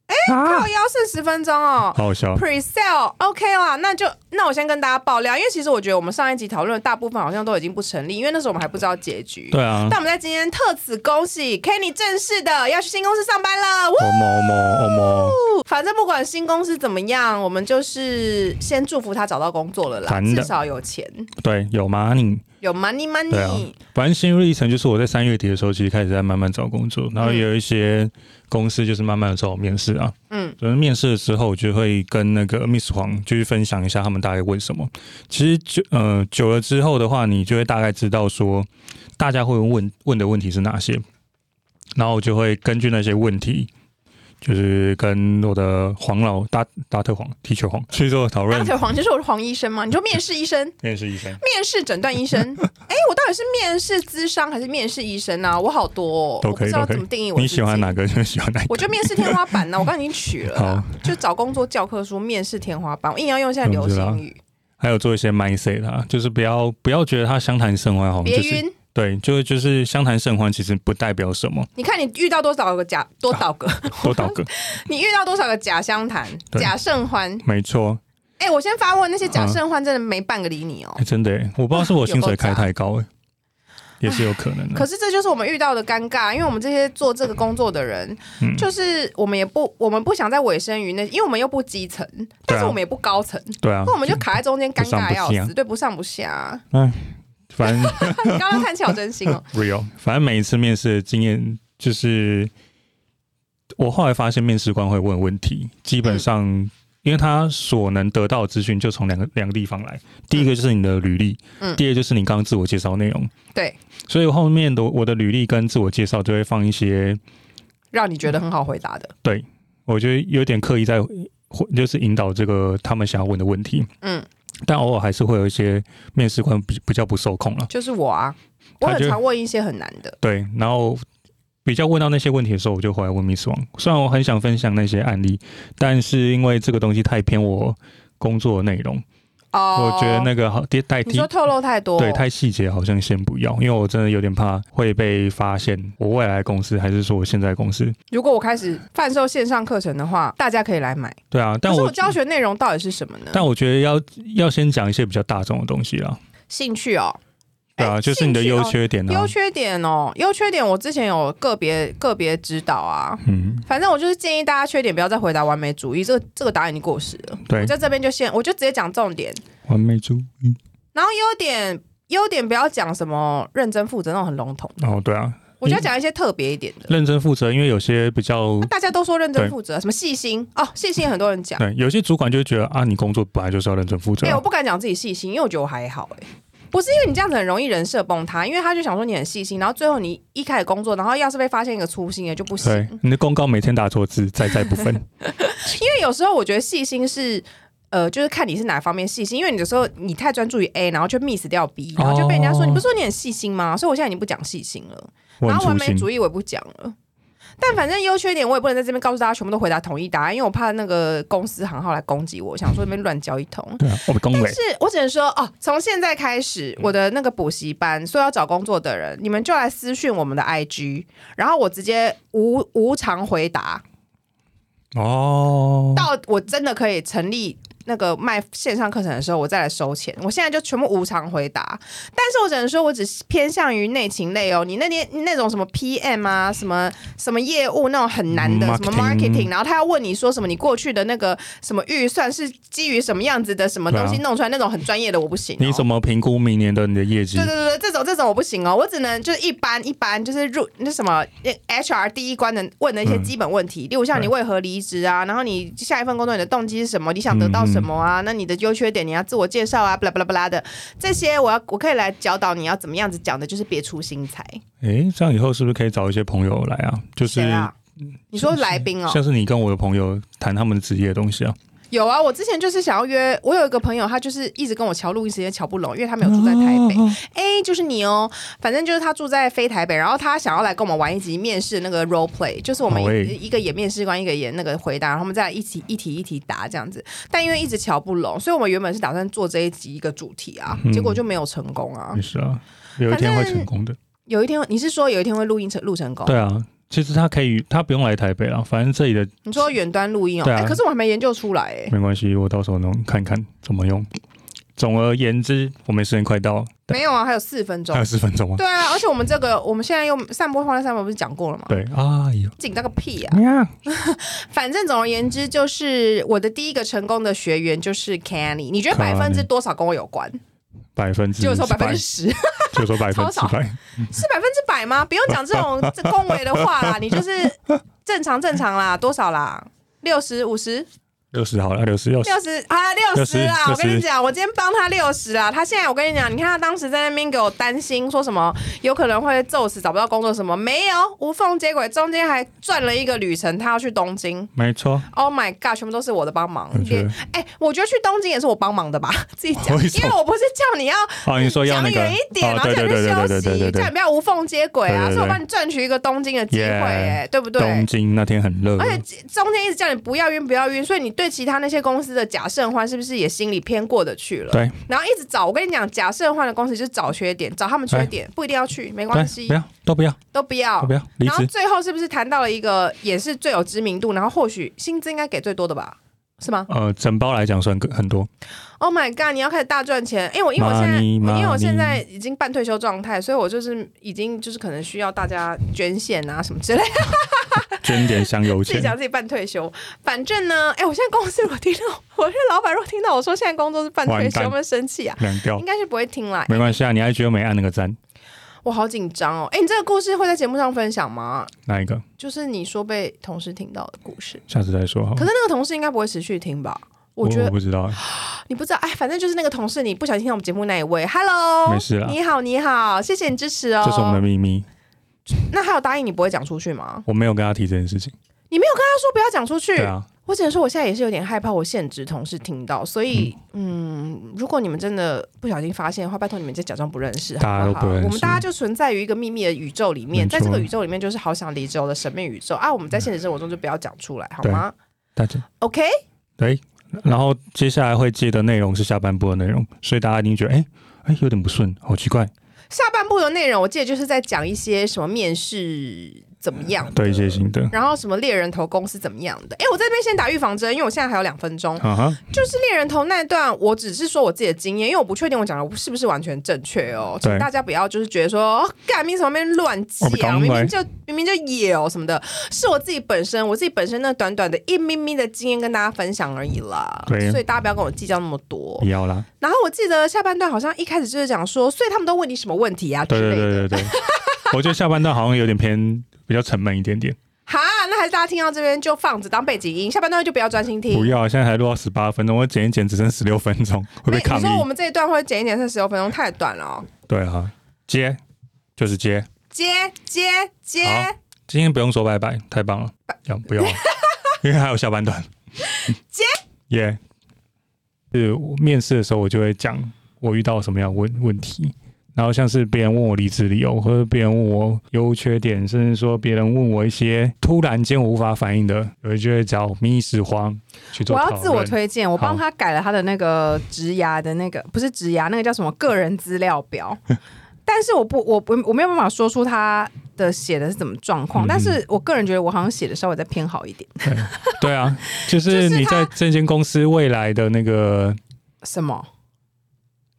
Speaker 1: 哎靠腰剩哦十分钟哦。
Speaker 2: 啊好好笑。啊
Speaker 1: Pre-sale OK 啦，那就那我先跟大家爆料，因为其实我觉得我们上一集讨论的大部分好像都已经不成立，因为那时候我们还不知道结局。
Speaker 2: 对啊
Speaker 1: 但，我们在今天特此恭喜 Kenny 正式的要去新公司上班了。呜
Speaker 2: 欧么欧么欧么，
Speaker 1: 反正不管新公司怎么样，我们就是先祝福他找到工作了啦，
Speaker 2: 烦的
Speaker 1: 至少有钱，
Speaker 2: 对，有吗？你
Speaker 1: 有 money
Speaker 2: 对
Speaker 1: money
Speaker 2: 啊。反正心路历程就是我在三月底的时候，其实开始在慢慢找工作，然后也有一些公司就是慢慢的找我面试啊。
Speaker 1: 嗯，
Speaker 2: 就是面试的时候，我就会跟那个 Miss 黄就是分享一下他们大概问什么。其实就呃久了之后的话，你就会大概知道说大家会问问的问题是哪些，然后我就会根据那些问题。就是跟我的黄老大大特黄 teacher 黄去做讨
Speaker 1: 大
Speaker 2: 论，
Speaker 1: 腿啊黄就是我是黄医生吗？你说面试医生？
Speaker 2: 面试医生。
Speaker 1: 面试诊断
Speaker 2: *laughs*
Speaker 1: 医生，哎、我到底是面试咨商还是面试医生呢、啊？我好多、哦，
Speaker 2: 都
Speaker 1: 我不
Speaker 2: 可以
Speaker 1: 知道
Speaker 2: 都可以
Speaker 1: 怎么定义我。
Speaker 2: 你喜欢哪？个就喜欢哪个。
Speaker 1: 我就面试天花板呢、啊我刚刚已经取了啦，就找工作教科书面试天花板，我硬要用现在流行语，
Speaker 2: *laughs* 还有做一些 mindset 啊，就是不要不要觉得他相谈甚欢，好像
Speaker 1: 别
Speaker 2: 就是
Speaker 1: 晕。
Speaker 2: 对，就就是相谈甚欢，其实不代表
Speaker 1: *laughs*
Speaker 2: 什么，
Speaker 1: 你看你遇到多少个假多少
Speaker 2: *laughs*
Speaker 1: 个，
Speaker 2: 都倒戈，
Speaker 1: 你遇到多少个假相谈、
Speaker 2: 对
Speaker 1: 假盛欢？
Speaker 2: 没错、
Speaker 1: 哎、我先发问，那些
Speaker 2: 嗯
Speaker 1: 假盛欢真的没半个理你哦
Speaker 2: 哎。真的耶，我不知道是我薪水开太高、
Speaker 1: *laughs*
Speaker 2: 哎，也是有可能的。
Speaker 1: 可是这就是我们遇到的尴尬，因为我们这些做这个工作的人，
Speaker 2: 嗯
Speaker 1: 就是我们也不我们不想再委身于那，因为我们又不基层，但
Speaker 2: 啊
Speaker 1: 是我们也不高层，
Speaker 2: 对啊
Speaker 1: 那，我们就卡在中间，尴尬得要
Speaker 2: 不上不
Speaker 1: 死，对，不上不下。啊
Speaker 2: 反正。
Speaker 1: 你刚刚看起来好真心哦
Speaker 2: real，反正 *laughs* 每一次面试的经验就是，我后来发现面试官会问问题，基本上、
Speaker 1: 嗯
Speaker 2: 因为他所能得到的资讯就从两个两个地方来，第一个就是你的履历，
Speaker 1: 嗯
Speaker 2: 第二个就是你刚刚自我介绍内容，
Speaker 1: 对，
Speaker 2: 所以后面的我的履历跟自我介绍就会放一些，
Speaker 1: 让你觉得很好回答的，
Speaker 2: 我觉得有点刻意在，就是引导这个他们想要问的问题，
Speaker 1: 嗯，
Speaker 2: 但偶尔还是会有一些面试官比比较不受控了。
Speaker 1: 就是我啊，我
Speaker 2: 他
Speaker 1: 很
Speaker 2: 就
Speaker 1: 常问一些很难的。
Speaker 2: 对，然后比较问到那些问题的时候，我就回来问 Miss 王。虽然我很想分享那些案例，但是因为这个东西太偏我工作的内容，
Speaker 1: 哦，
Speaker 2: 我觉得那个好太太
Speaker 1: 你说透露太多，
Speaker 2: 对太细节好像先不要，因为我真的有点怕会被发现。我未来公司还是说我现在公司，
Speaker 1: 如果我开始贩售线上课程的话，大家可以来买。
Speaker 2: 对啊，但
Speaker 1: 可是
Speaker 2: 我
Speaker 1: 我教学内容到底是什么呢？
Speaker 2: 但我觉得要要先讲一些比较大众的东西啦，
Speaker 1: 兴趣哦，
Speaker 2: 对啊，
Speaker 1: 哎
Speaker 2: 就是你的优
Speaker 1: 兴趣
Speaker 2: 缺点
Speaker 1: 优
Speaker 2: 啊，
Speaker 1: 缺点哦，优缺点我之前有个别个别指导啊，
Speaker 2: 嗯，
Speaker 1: 反正我就是建议大家缺点不要再回答完美主义，这个这个答案已经过时了。
Speaker 2: 对
Speaker 1: 我，在这边就先我就直接讲重点，
Speaker 2: 完美主义，
Speaker 1: 然后优点优点不要讲什么认真负责那种很笼统，
Speaker 2: 哦，对啊，
Speaker 1: 我就要讲一些特别一点的。啊
Speaker 2: 认真负责，因为有些比较
Speaker 1: 大家都说认真
Speaker 2: 嗯对
Speaker 1: 负责，什么细心哦，细心很多人讲。
Speaker 2: 对，有些主管就会觉得啊，你工作本来就是要认真负责
Speaker 1: 哎、
Speaker 2: 啊、
Speaker 1: 我不敢讲自己细心，因为我觉得我还好、哎，不是因为你这样子很容易人设崩塌，因为他就想说你很细心，然后最后你一开始工作，然后要是被发现一个粗心的就不行。
Speaker 2: 对，你的公告每天打错字，在在不
Speaker 1: *laughs*
Speaker 2: 分。
Speaker 1: 因为有时候我觉得细心是。呃，就是看你是哪方面细心，因为你有时候你太专注于 A，然后就 miss 掉 B，然后就被人家说、
Speaker 2: 哦
Speaker 1: 你不是说你很细心吗？所以我现在已经不讲细心了，
Speaker 2: 我
Speaker 1: 然后完
Speaker 2: 很粗
Speaker 1: 美
Speaker 2: 心，
Speaker 1: 主义我也不讲了。但反正优缺点我也不能在这边告诉大家全部都回答统一答案，因为我怕那个公司行号来攻击我，想说那边乱教一通。
Speaker 2: 对嗯啊，我们恭维
Speaker 1: *laughs* 但，是我只能说哦，从现在开始，我的那个补习班，所有要找工作的人，你们就来私讯我们的 IG，然后我直接无无偿回答，
Speaker 2: 哦，
Speaker 1: 到我真的可以成立那个卖线上课程的时候，我再来收钱。我现在就全部无偿回答，但是我只能说，我只是偏向于内勤类哦。你那天那种什么 PM 啊，什么什么业务那种很难的，什么
Speaker 2: Marketing
Speaker 1: marketing，然后他要问你说什么，你过去的那个什么预算是基于什么样子的什么东西
Speaker 2: 对啊
Speaker 1: 弄出来，那种很专业的我不行、哦。
Speaker 2: 你怎么评估明年的你的业绩
Speaker 1: 对？对对，对这种这种我不行哦，我只能就是一般一般，就是入那什么呃 HR 第一关的问的一些基本问
Speaker 2: 嗯
Speaker 1: 题，例如像你为何离职啊，然后你下一份工作你的动机是什么，你想得到什么啊，
Speaker 2: 嗯
Speaker 1: 那你的优缺点你要自我介绍啊，巴拉巴拉巴拉的这些，我要我可以来教导你要怎么样子讲的，就是别出心裁。
Speaker 2: 诶，这样以后是不是可以找一些朋友来啊？就是
Speaker 1: 谁啊？你说来宾哦，
Speaker 2: 像是你跟我的朋友谈他们职业的东西啊。
Speaker 1: 有啊，我之前就是想要约，我有一个朋友，他就是一直跟我瞧录音时间瞧不拢，因为他没有住在台
Speaker 2: 哦
Speaker 1: 北。哎、就是你哦，反正就是他住在非台北，然后他想要来跟我们玩一集面试那个 role play，就是我们
Speaker 2: 好诶
Speaker 1: 一一个演面试官，一个演那个回答，然后我们再一起一题一题答这样子。但因为一直瞧不拢，所以我们原本是打算做这一集一个主题啊，
Speaker 2: 嗯
Speaker 1: 结果就没有成功啊
Speaker 2: 也。是啊，有一天会
Speaker 1: 反正
Speaker 2: 成功的。
Speaker 1: 有一天你是说有一天会录音成录成功？
Speaker 2: 对啊，其实他可以，他不用来台北啊，反正这里的
Speaker 1: 你说远端录音哦，
Speaker 2: 对啊
Speaker 1: 哎、可是我还没研究出来哎、
Speaker 2: 没关系，我到时候弄看看怎么用。总而言之，我们时间快到了，
Speaker 1: 没有啊，还有四分钟
Speaker 2: 还有。四分钟啊。
Speaker 1: 对啊，而且我们这个我们现在用散播荒在散播不是讲过了吗？
Speaker 2: 对，哎呦，
Speaker 1: 紧张个屁啊！
Speaker 2: 呀，
Speaker 1: 反正总而言之，就是我的第一个成功的学员就是 Canny。你觉得百
Speaker 2: Kenny
Speaker 1: 分之多少跟我有关？
Speaker 2: 百分之
Speaker 1: 就说百分之
Speaker 2: 之
Speaker 1: 嗯十，是
Speaker 2: 就说百分之
Speaker 1: 超少
Speaker 2: 百，
Speaker 1: 百分之百吗？不用讲这 *laughs* 种这恭维的话啦，你就是正常正常啦，多少啦？六十五十
Speaker 2: 六十好了，六十六十。
Speaker 1: 六十啊六十啦！
Speaker 2: 60
Speaker 1: 我跟你讲，我今天帮他六十啦。他现在我跟你讲，你看他当时在那边给我担心，说什么有可能会骤死找不到工作什么，没有无缝接轨，中间还赚了一个旅程，他要去东京。
Speaker 2: 没错，
Speaker 1: Oh my god！全部都是我的帮忙
Speaker 2: 我。觉得
Speaker 1: 哎、我觉得去东京也是我帮忙的吧， *laughs* 自己讲，
Speaker 2: 为什
Speaker 1: 因
Speaker 2: 么
Speaker 1: 为我不是叫你要
Speaker 2: 哦，你说要
Speaker 1: 讲
Speaker 2: 那个
Speaker 1: 远一点，
Speaker 2: 哦
Speaker 1: 然后
Speaker 2: 对
Speaker 1: 叫
Speaker 2: 对
Speaker 1: 你去
Speaker 2: 对对对
Speaker 1: 休
Speaker 2: 对
Speaker 1: 息，
Speaker 2: 对
Speaker 1: 叫你
Speaker 2: 对，
Speaker 1: 不要无缝接轨啊，
Speaker 2: 对对对
Speaker 1: 所以我帮你赚取一个东京的机会、哎，对不对？
Speaker 2: 东京那天很热，
Speaker 1: 而且中间一直叫你不要晕，不要晕，所以你对其他那些公司的假胜欢是不是也心里偏过得去了？
Speaker 2: 对。
Speaker 1: 然后一直找，我跟你讲，假胜欢的公司就是找缺点，找他们缺点，不一定要去，没关
Speaker 2: 对，
Speaker 1: 系
Speaker 2: 哎不，要都不要
Speaker 1: 都不要
Speaker 2: 都不。要离
Speaker 1: 然后
Speaker 2: 职，
Speaker 1: 最后是不是谈到了一个也是最有知名度，然后或许薪资应该给最多的吧？是吗？
Speaker 2: 呃，整包来讲算个很
Speaker 1: *laughs*
Speaker 2: 多，
Speaker 1: Oh my god！你要开始大赚钱，因为我因为我现在
Speaker 2: Money,
Speaker 1: 因为我
Speaker 2: money
Speaker 1: 现在已经半退休状态，所以我就是已经就是可能需要大家捐献啊什么之类的，
Speaker 2: 捐点香油
Speaker 1: 自 *laughs* 己
Speaker 2: 钱，
Speaker 1: 讲自己半退休。反正呢，哎、我现在公司如果听到， *laughs* 我是老板，如果听到我说现在工作是半退
Speaker 2: 完
Speaker 1: 休，
Speaker 2: 蛋
Speaker 1: 会不会生气啊？
Speaker 2: 两掉
Speaker 1: 应该是不会听啦。
Speaker 2: 没关系啊，你 IG 又没按那个赞，
Speaker 1: 我好紧张哦。哎、你这个故事会在节目上分享吗？
Speaker 2: 哪一个？
Speaker 1: 就是你说被同事听到的故事，
Speaker 2: 下次再说好了。
Speaker 1: 可是那个同事应该不会持续听吧？我觉得
Speaker 2: 哦我不知道，
Speaker 1: 你不知道，哎，反正就是那个同事，你不小心听到我们节目那一位，Hello，
Speaker 2: 没事啦
Speaker 1: 你好，你好，谢谢你支持哦。
Speaker 2: 啊这是我们的秘密，
Speaker 1: 那还有答应你不会讲出去吗？
Speaker 2: 我没有跟他提这件事情。
Speaker 1: 你没有跟他说不要讲出去。
Speaker 2: 对啊，
Speaker 1: 我只能说我现在也是有点害怕，我现职同事听到，所以嗯如果你们真的不小心发现的话，拜托你们就假装不认识，
Speaker 2: 大家
Speaker 1: 好
Speaker 2: 都
Speaker 1: 不好？
Speaker 2: 不认识
Speaker 1: 我们大家就存在于一个秘密的宇宙里面，
Speaker 2: 没错
Speaker 1: 在这个宇宙里面就是好想离轴的神秘宇宙啊。我们在现实生活中就不要讲出来，好吗
Speaker 2: 大家
Speaker 1: ？OK，
Speaker 2: 对，然后接下来会接的内容是下半部的内容，所以大家一定觉得，哎哎，有点不顺，好奇怪，
Speaker 1: 下半部的内容我记得就是在讲一些什么面试怎么样的，
Speaker 2: 对一些新的，
Speaker 1: 然后什么猎人头公司怎么样的？哎，我在这边先打预防针，因为我现在还有两分钟。
Speaker 2: 啊哈，
Speaker 1: 就是猎人头那一段，我只是说我自己的经验，因为我不确定我讲的是不是完全正确哦，
Speaker 2: 对哦
Speaker 1: 请大家不要就是觉得说哦干明什么那边乱
Speaker 2: 我不
Speaker 1: 讲，
Speaker 2: 懂
Speaker 1: 明
Speaker 2: 喂
Speaker 1: 明就明明就野哦什么的，是我自己本身我自己本身那短短的一咪咪的经验跟大家分享而已啦，
Speaker 2: 对嗯
Speaker 1: 所以大家不要跟我计较那么多
Speaker 2: 不。要啦，
Speaker 1: 然后我记得下半段好像一开始就是讲说，所以他们都问你什么问题啊之
Speaker 2: 对
Speaker 1: 类
Speaker 2: 对
Speaker 1: 的，
Speaker 2: 对对对，
Speaker 1: *laughs*
Speaker 2: 我觉得下半段好像有点偏，比较沉闷一点点。
Speaker 1: 哈，那还是大家听到这边就放着当背景音，下半段就不要专心听，
Speaker 2: 不要啊，现在才录到十八分钟，我剪一剪只剩十六分钟，会
Speaker 1: 没
Speaker 2: 被抗
Speaker 1: 你说我
Speaker 2: 议。
Speaker 1: 们这一段会剪一剪，剩十六分钟太短了、哦。
Speaker 2: 对啊，接就是接，
Speaker 1: 接接接，
Speaker 2: 好今天不用说拜拜，太棒了，要不要
Speaker 1: *laughs*
Speaker 2: 啊？因为还有下半段。
Speaker 1: 接
Speaker 2: 耶，是我面试的时候我就会讲我遇到什么样的问问题，然后像是别人问我离职理由，或者别人问我优缺点，甚至说别人问我一些突然间我无法反应的，我就会找密室荒去做
Speaker 1: 我
Speaker 2: 讨
Speaker 1: 要
Speaker 2: 论。
Speaker 1: 自我推荐，我帮
Speaker 2: 好
Speaker 1: 他改了他的那个职涯的那个，不是职涯，那个叫什么个人资料表。 *laughs* 但是我不，我不，我没有办法说出他的写的是怎么状况，
Speaker 2: 嗯
Speaker 1: 但是我个人觉得我好像写的稍微再偏好一点。
Speaker 2: 对啊，就
Speaker 1: 就是
Speaker 2: 是
Speaker 1: 他
Speaker 2: 你在证券公司未来的那个，
Speaker 1: 什么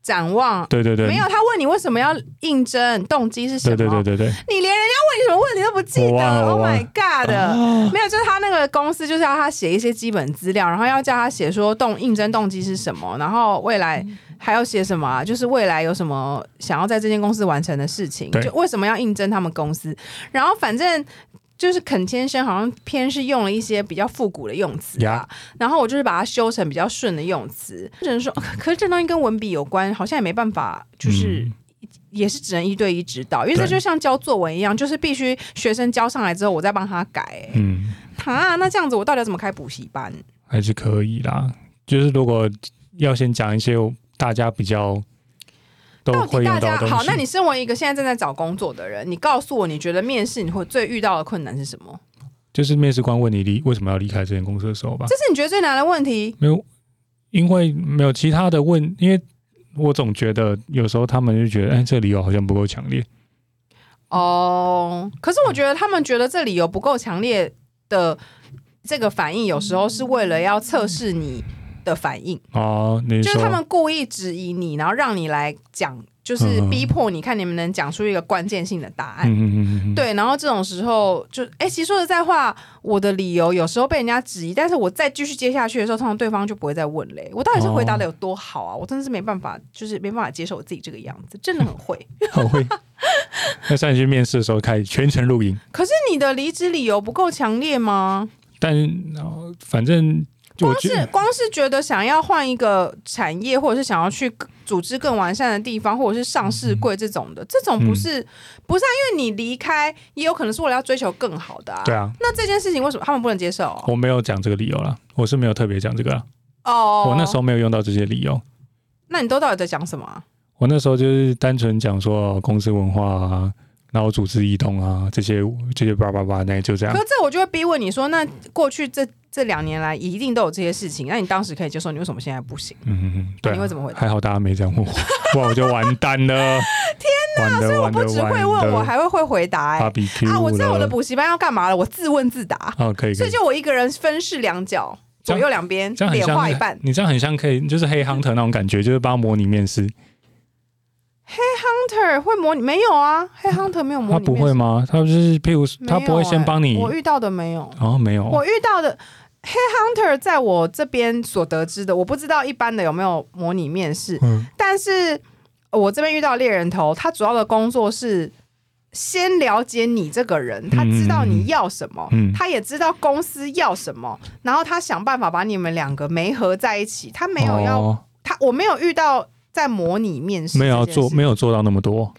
Speaker 1: 展望？
Speaker 2: 对对对，
Speaker 1: 没有，他问你为什么要应征，动机是什么？
Speaker 2: 对对对对对，
Speaker 1: 你连人家问你什么问题都不记
Speaker 2: 我忘
Speaker 1: 得
Speaker 2: 了
Speaker 1: ，Oh
Speaker 2: 我忘
Speaker 1: my
Speaker 2: 了
Speaker 1: God！、没
Speaker 2: *gasps*
Speaker 1: 有，就是他那个公司就是要他写一些基本资料，然后要叫他写说动应征动机是什么，然后未来还要写什么、啊，就是未来有什么想要在这间公司完成的事情，
Speaker 2: 对
Speaker 1: 就为什么要应征他们公司，然后反正。就是肯先生好像偏是用了一些比较复古的用词啊然后我就是把它修成比较顺的用词，只能说，哦可是这东西跟文笔有关，好像也没办法，就是、
Speaker 2: 嗯
Speaker 1: 也是只能一对一指导，因为这
Speaker 2: 对
Speaker 1: 就像交作文一样，就是必须学生交上来之后，我再帮他改、欸。
Speaker 2: 嗯，
Speaker 1: 啊，那这样子我到底要怎么开补习班？
Speaker 2: 还是可以啦。就是如果要先讲一些大家比较都
Speaker 1: 到
Speaker 2: 会
Speaker 1: 底大
Speaker 2: 用
Speaker 1: 家
Speaker 2: 到的东西，
Speaker 1: 好？那你身为一个现在正在找工作的人，你告诉我，你觉得面试你会最遇到的困难是什么？
Speaker 2: 就是面试官问你离为什么要离开这间公司的时候吧
Speaker 1: 这，是你觉得最难的问题？
Speaker 2: 没有，因为没有其他的问，因为我总觉得有时候他们就觉得，哎，这理由好像不够强烈。
Speaker 1: 哦，可是我觉得他们觉得这理由不够强烈的这个反应，有时候是为了要测试你的反应，
Speaker 2: 哦，你
Speaker 1: 就是
Speaker 2: 说
Speaker 1: 他们故意质疑你，然后让你来讲，就是
Speaker 2: 嗯嗯
Speaker 1: 逼迫你看你们能讲出一个关键性的答案。
Speaker 2: 嗯嗯嗯嗯嗯，
Speaker 1: 哎对，然后这种时候就，哎、其实说实在话，我的理由有时候被人家质疑，但是我再继续接下去的时候，通常对方就不会再问嘞、我到底是回
Speaker 2: 哦
Speaker 1: 答的有多好啊？我真的是没办法，就是没办法接受我自己这个样子，真的很
Speaker 2: *laughs*
Speaker 1: 会。
Speaker 2: 很会。那像你去面试的时候，开始全程录音，
Speaker 1: 可是你的离职理由不够强烈吗？
Speaker 2: 但呃反正就我
Speaker 1: 光
Speaker 2: 觉
Speaker 1: 是
Speaker 2: 得
Speaker 1: 光是觉得想要换一个产业，或者是想要去组织更完善的地方，或者是上市柜这种的，
Speaker 2: 嗯
Speaker 1: 这种不是、不是、啊，因为你离开也有可能是为了要追求更好的啊。
Speaker 2: 对啊，
Speaker 1: 那这件事情为什么他们不能接受？
Speaker 2: 我没有讲这个理由啦，我是没有特别讲这个啦，
Speaker 1: 哦，
Speaker 2: 我那时候没有用到这些理由。
Speaker 1: 那你都到底在讲什么啊、
Speaker 2: 我那时候就是单纯讲说哦公司文化啊，然后组织移动啊这些这些叭叭叭，那就这样
Speaker 1: 可。是这我就会逼问你说，那过去这这两年来一定都有这些事情，那你当时可以接受，你为什么现在不行？
Speaker 2: 嗯嗯嗯，对、啊。
Speaker 1: 你会怎么回答
Speaker 2: 还好大家没这样问我，不然我 *laughs* 就完蛋了。天哪！所以
Speaker 1: 我不只会问，我还会会回答、哎
Speaker 2: b 比 Q
Speaker 1: 啊，我知道我的补习班要干嘛了，我自问自答，
Speaker 2: 哦，可以可
Speaker 1: 所
Speaker 2: 以
Speaker 1: 以，就我一个人分饰两角，左
Speaker 2: 这样
Speaker 1: 右两边，
Speaker 2: 这样很
Speaker 1: 脸画一
Speaker 2: 像
Speaker 1: 半。
Speaker 2: 你这样很像可以，就是黑 hunter 那种感觉，就是帮他模拟面试。
Speaker 1: Hunter 会模拟没有啊？黑 Hunter 没有模
Speaker 2: 他
Speaker 1: 拟
Speaker 2: 不
Speaker 1: 面试，
Speaker 2: 会吗？他就是譬
Speaker 1: 没
Speaker 2: 如
Speaker 1: 有
Speaker 2: 他
Speaker 1: 哎，
Speaker 2: 不会先帮你
Speaker 1: 我遇到的没有。
Speaker 2: 哦，没有
Speaker 1: 我遇到的黑 hunter 在我这边所得知的，我不知道一般的有没有模拟面试，
Speaker 2: 嗯
Speaker 1: 但是我这边遇到猎人头，他主要的工作是先了解你这个人，他知道你要什么。
Speaker 2: 嗯
Speaker 1: 他也知道公司要什么，然后他想办法把你们两个媒合在一起。他没有要、
Speaker 2: 哦
Speaker 1: 他，我没有遇到在模拟面试，
Speaker 2: 没有要做没
Speaker 1: 有。
Speaker 2: 有做到那么多，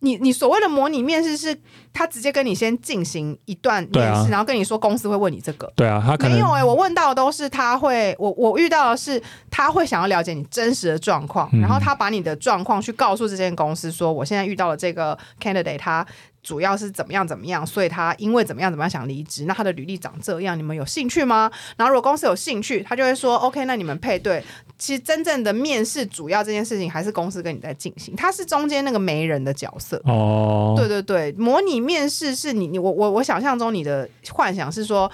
Speaker 1: 你你所谓的模拟面试是，他直接跟你先进行一段
Speaker 2: 对
Speaker 1: 面
Speaker 2: 啊
Speaker 1: 试，然后跟你说公司会问你这个。
Speaker 2: 对啊，他可
Speaker 1: 没
Speaker 2: 能
Speaker 1: 有哎、我问到的都是他会，我我遇到的是他会想要了解你真实的状况，
Speaker 2: 嗯
Speaker 1: 然后他把你的状况去告诉这间公司说，我现在遇到了这个 candidate，他主要是怎么样怎么样，所以他因为怎么样怎么样想离职，那他的履历长这样，你们有兴趣吗？然后如果公司有兴趣，他就会说 OK，那你们配对。其实真正的面试主要这件事情还是公司跟你在进行，他是中间那个媒人的角色。
Speaker 2: 哦，
Speaker 1: 对对对，模拟面试是你你我我我想象中你的幻想是说，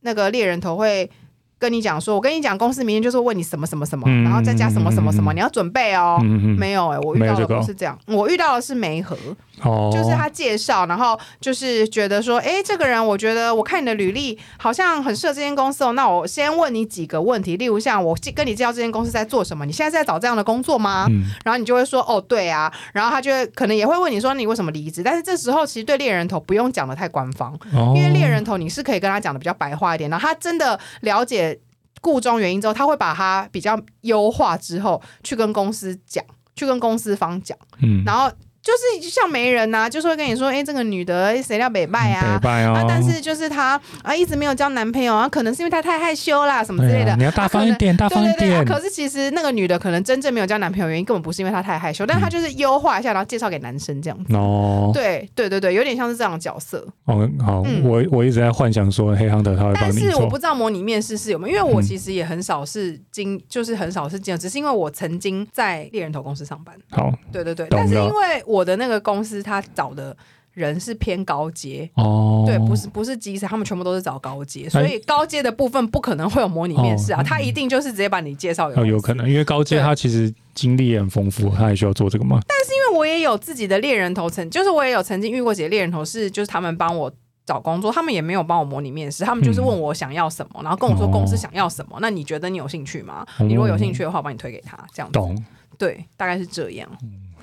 Speaker 1: 那个猎人头会跟你讲说，我跟你讲，公司明天就是问你什么什么什么，
Speaker 2: 嗯
Speaker 1: 然后再加什么什么什么，
Speaker 2: 嗯嗯嗯
Speaker 1: 你要准备哦。
Speaker 2: 嗯嗯嗯，
Speaker 1: 没有哎、我遇
Speaker 2: 没有
Speaker 1: 到的
Speaker 2: 这个
Speaker 1: 不
Speaker 2: 哦
Speaker 1: 是这样，我遇到的是梅和，
Speaker 2: 哦，
Speaker 1: 就是他介绍，然后就是觉得说，哎，这个人，我觉得我看你的履历好像很适合这间公司哦。那我先问你几个问题，例如像我跟你介绍这间公司在做什么，你现在是在找这样的工作吗？
Speaker 2: 嗯
Speaker 1: 然后你就会说哦，对啊，然后他就会可能也会问你说你为什么离职，但是这时候其实对猎人头不用讲的太官方，
Speaker 2: 哦，
Speaker 1: 因为猎人头你是可以跟他讲的比较白话一点，然后他真的了解故中原因之后，他会把它比较优化之后去跟公司讲，去跟公司方讲，
Speaker 2: 嗯
Speaker 1: 然后就是像媒人呐、就是会跟你说，哎，这个女的诶谁料北拜啊。
Speaker 2: 北拜哦，
Speaker 1: 啊，但是就是她啊，一直没有交男朋友啊，可能是因为她太害羞啦，什么之类
Speaker 2: 对
Speaker 1: 的
Speaker 2: 啊。你要大方一点，大方一
Speaker 1: 对对对、啊
Speaker 2: 点，
Speaker 1: 可是其实那个女的可能真正没有交男朋友，原因根本不是因为她太害羞，但她就是优化一下，然后介绍给男生这样子。
Speaker 2: 嗯哦
Speaker 1: 对对对对，有点像是这样的角色，
Speaker 2: 哦好
Speaker 1: 嗯，
Speaker 2: 我我一直在幻想说黑 hunter 他会帮
Speaker 1: 但
Speaker 2: 你
Speaker 1: 是我
Speaker 2: 做
Speaker 1: 不，知道模拟面试是有没有，因为我
Speaker 2: 嗯
Speaker 1: 其实也很少是经，就是很少是经，只是因为我曾经在猎人头公司上班，
Speaker 2: 好，
Speaker 1: 对对对，
Speaker 2: 懂
Speaker 1: 但是
Speaker 2: 了
Speaker 1: 因为我的那个公司他找的人是偏高阶，
Speaker 2: 哦，哎
Speaker 1: 对，不是不是机师，他们全部都是找高阶，所以高阶的部分不可能会有模拟面试啊，
Speaker 2: 哦
Speaker 1: 他一定就是直接把你介绍给
Speaker 2: 哦，
Speaker 1: 公司
Speaker 2: 有可能，因为高阶
Speaker 1: 对
Speaker 2: 他其实经历也很丰富，他也需要做这个嘛。
Speaker 1: 因为我也有自己的猎人头曾，就是我也有曾经遇过几个猎人头是，就是他们帮我找工作，他们也没有帮我模拟面试，他们就是问我想要什么，然后跟我说
Speaker 2: 哦
Speaker 1: 公司想要什么，那你觉得你有兴趣吗？
Speaker 2: 哦
Speaker 1: 你如果有兴趣的话，我帮你推给他，这样子。
Speaker 2: 懂，啊
Speaker 1: 对，大概是这样。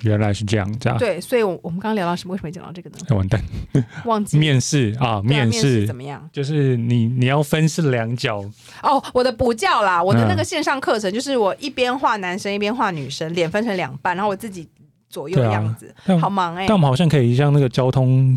Speaker 2: 原来是这样，这样。
Speaker 1: 对，所以我我们刚刚聊到什么？为什么讲到这个呢？
Speaker 2: 哎，完蛋，
Speaker 1: 忘记
Speaker 2: 面试
Speaker 1: 对
Speaker 2: 啊，
Speaker 1: 啊
Speaker 2: 面
Speaker 1: 试
Speaker 2: 试
Speaker 1: 怎么样？
Speaker 2: 就是你你要分饰两角，
Speaker 1: 哦，我的补教啦，我的
Speaker 2: 嗯
Speaker 1: 那个线上课程就是我一边画男生一边画女生，脸分成两半，然后我自己左右
Speaker 2: 对啊
Speaker 1: 样子，
Speaker 2: 但
Speaker 1: 好忙哎、
Speaker 2: 但我们好像可以像那个交通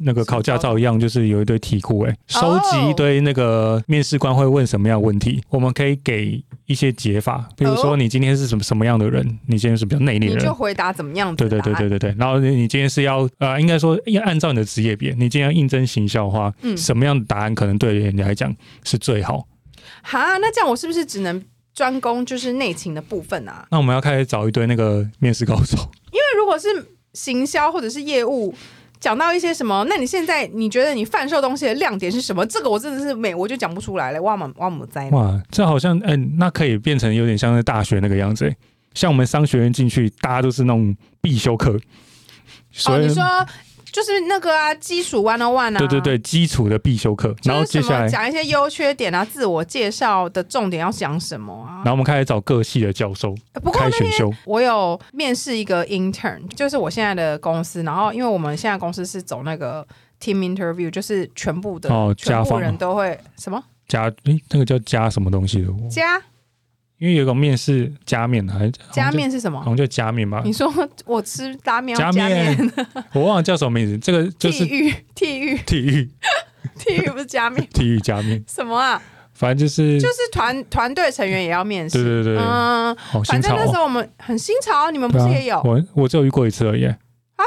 Speaker 2: 那个考驾照一样，就是有一堆题库，哎，收集一堆那个面试官会问什么样的问题，我们可以给一些解法，比如
Speaker 1: 哦
Speaker 2: 说你今天是什么什么样的人，你今天是比较内敛
Speaker 1: 你
Speaker 2: 的人
Speaker 1: 就，回答怎么样子
Speaker 2: 对
Speaker 1: 的
Speaker 2: 对
Speaker 1: 答
Speaker 2: 对
Speaker 1: 案？
Speaker 2: 对对对。然后你今天是要呃，应该说要按照你的职业别，你今天要应征行销的话，
Speaker 1: 嗯
Speaker 2: 什么样的答案可能对人来讲是最好？
Speaker 1: 哈，那这样我是不是只能专攻就是内勤的部分啊？
Speaker 2: 那我们要开始找一堆那个面试高手，
Speaker 1: 因为如果是行销或者是业务。讲到一些什么？那你现在你觉得你贩售东西的亮点是什么？这个我真的是每我就讲不出来了，哇嘛哇姆哉呢。
Speaker 2: 哇，这好像嗯、那可以变成有点像是大学那个样子、欸，像我们商学院进去，大家都是那种必修课，
Speaker 1: 哦，
Speaker 2: 所以、
Speaker 1: 你说就是那个啊，基础 one on one 啊，
Speaker 2: 对对，对，基础的必修课，然后接下来，然
Speaker 1: 讲一些优缺点啊，自我介绍的重点要讲什么啊？
Speaker 2: 后我们开始找各系的教授
Speaker 1: 不过
Speaker 2: 开
Speaker 1: 那
Speaker 2: 选修，
Speaker 1: 我有面试一个 intern，就是我现在的公司，然后因为我们现在公司是走那个 team interview，就是全部的、
Speaker 2: 哦
Speaker 1: 全
Speaker 2: 家
Speaker 1: 部
Speaker 2: 访
Speaker 1: 人都会什么
Speaker 2: 加诶、那个叫加什么东西的，我
Speaker 1: 加
Speaker 2: 因为有一个面试加面的，还
Speaker 1: 加，
Speaker 2: 好像
Speaker 1: 面是什
Speaker 2: 叫好
Speaker 1: 么？
Speaker 2: 像叫加面吧
Speaker 1: 你，说我吃拉面要
Speaker 2: 嗯 *laughs* 加
Speaker 1: 加
Speaker 2: 面，
Speaker 1: *laughs*
Speaker 2: 我忘了叫什么名字，这个就是
Speaker 1: 地狱 *laughs* 地狱
Speaker 2: 体育
Speaker 1: 地狱不是加
Speaker 2: *laughs*
Speaker 1: 面
Speaker 2: 体育加面，
Speaker 1: 什么啊？
Speaker 2: 反正就是
Speaker 1: 就是团团队成员也要面
Speaker 2: 对
Speaker 1: 试。
Speaker 2: 对对对，
Speaker 1: 嗯，
Speaker 2: 好新
Speaker 1: 反正
Speaker 2: 潮、
Speaker 1: 那时
Speaker 2: 哦。
Speaker 1: 候我们很新潮，你们不
Speaker 2: 对
Speaker 1: 是
Speaker 2: 啊
Speaker 1: 也有啊啊
Speaker 2: 我我只有遇过一次而已欸。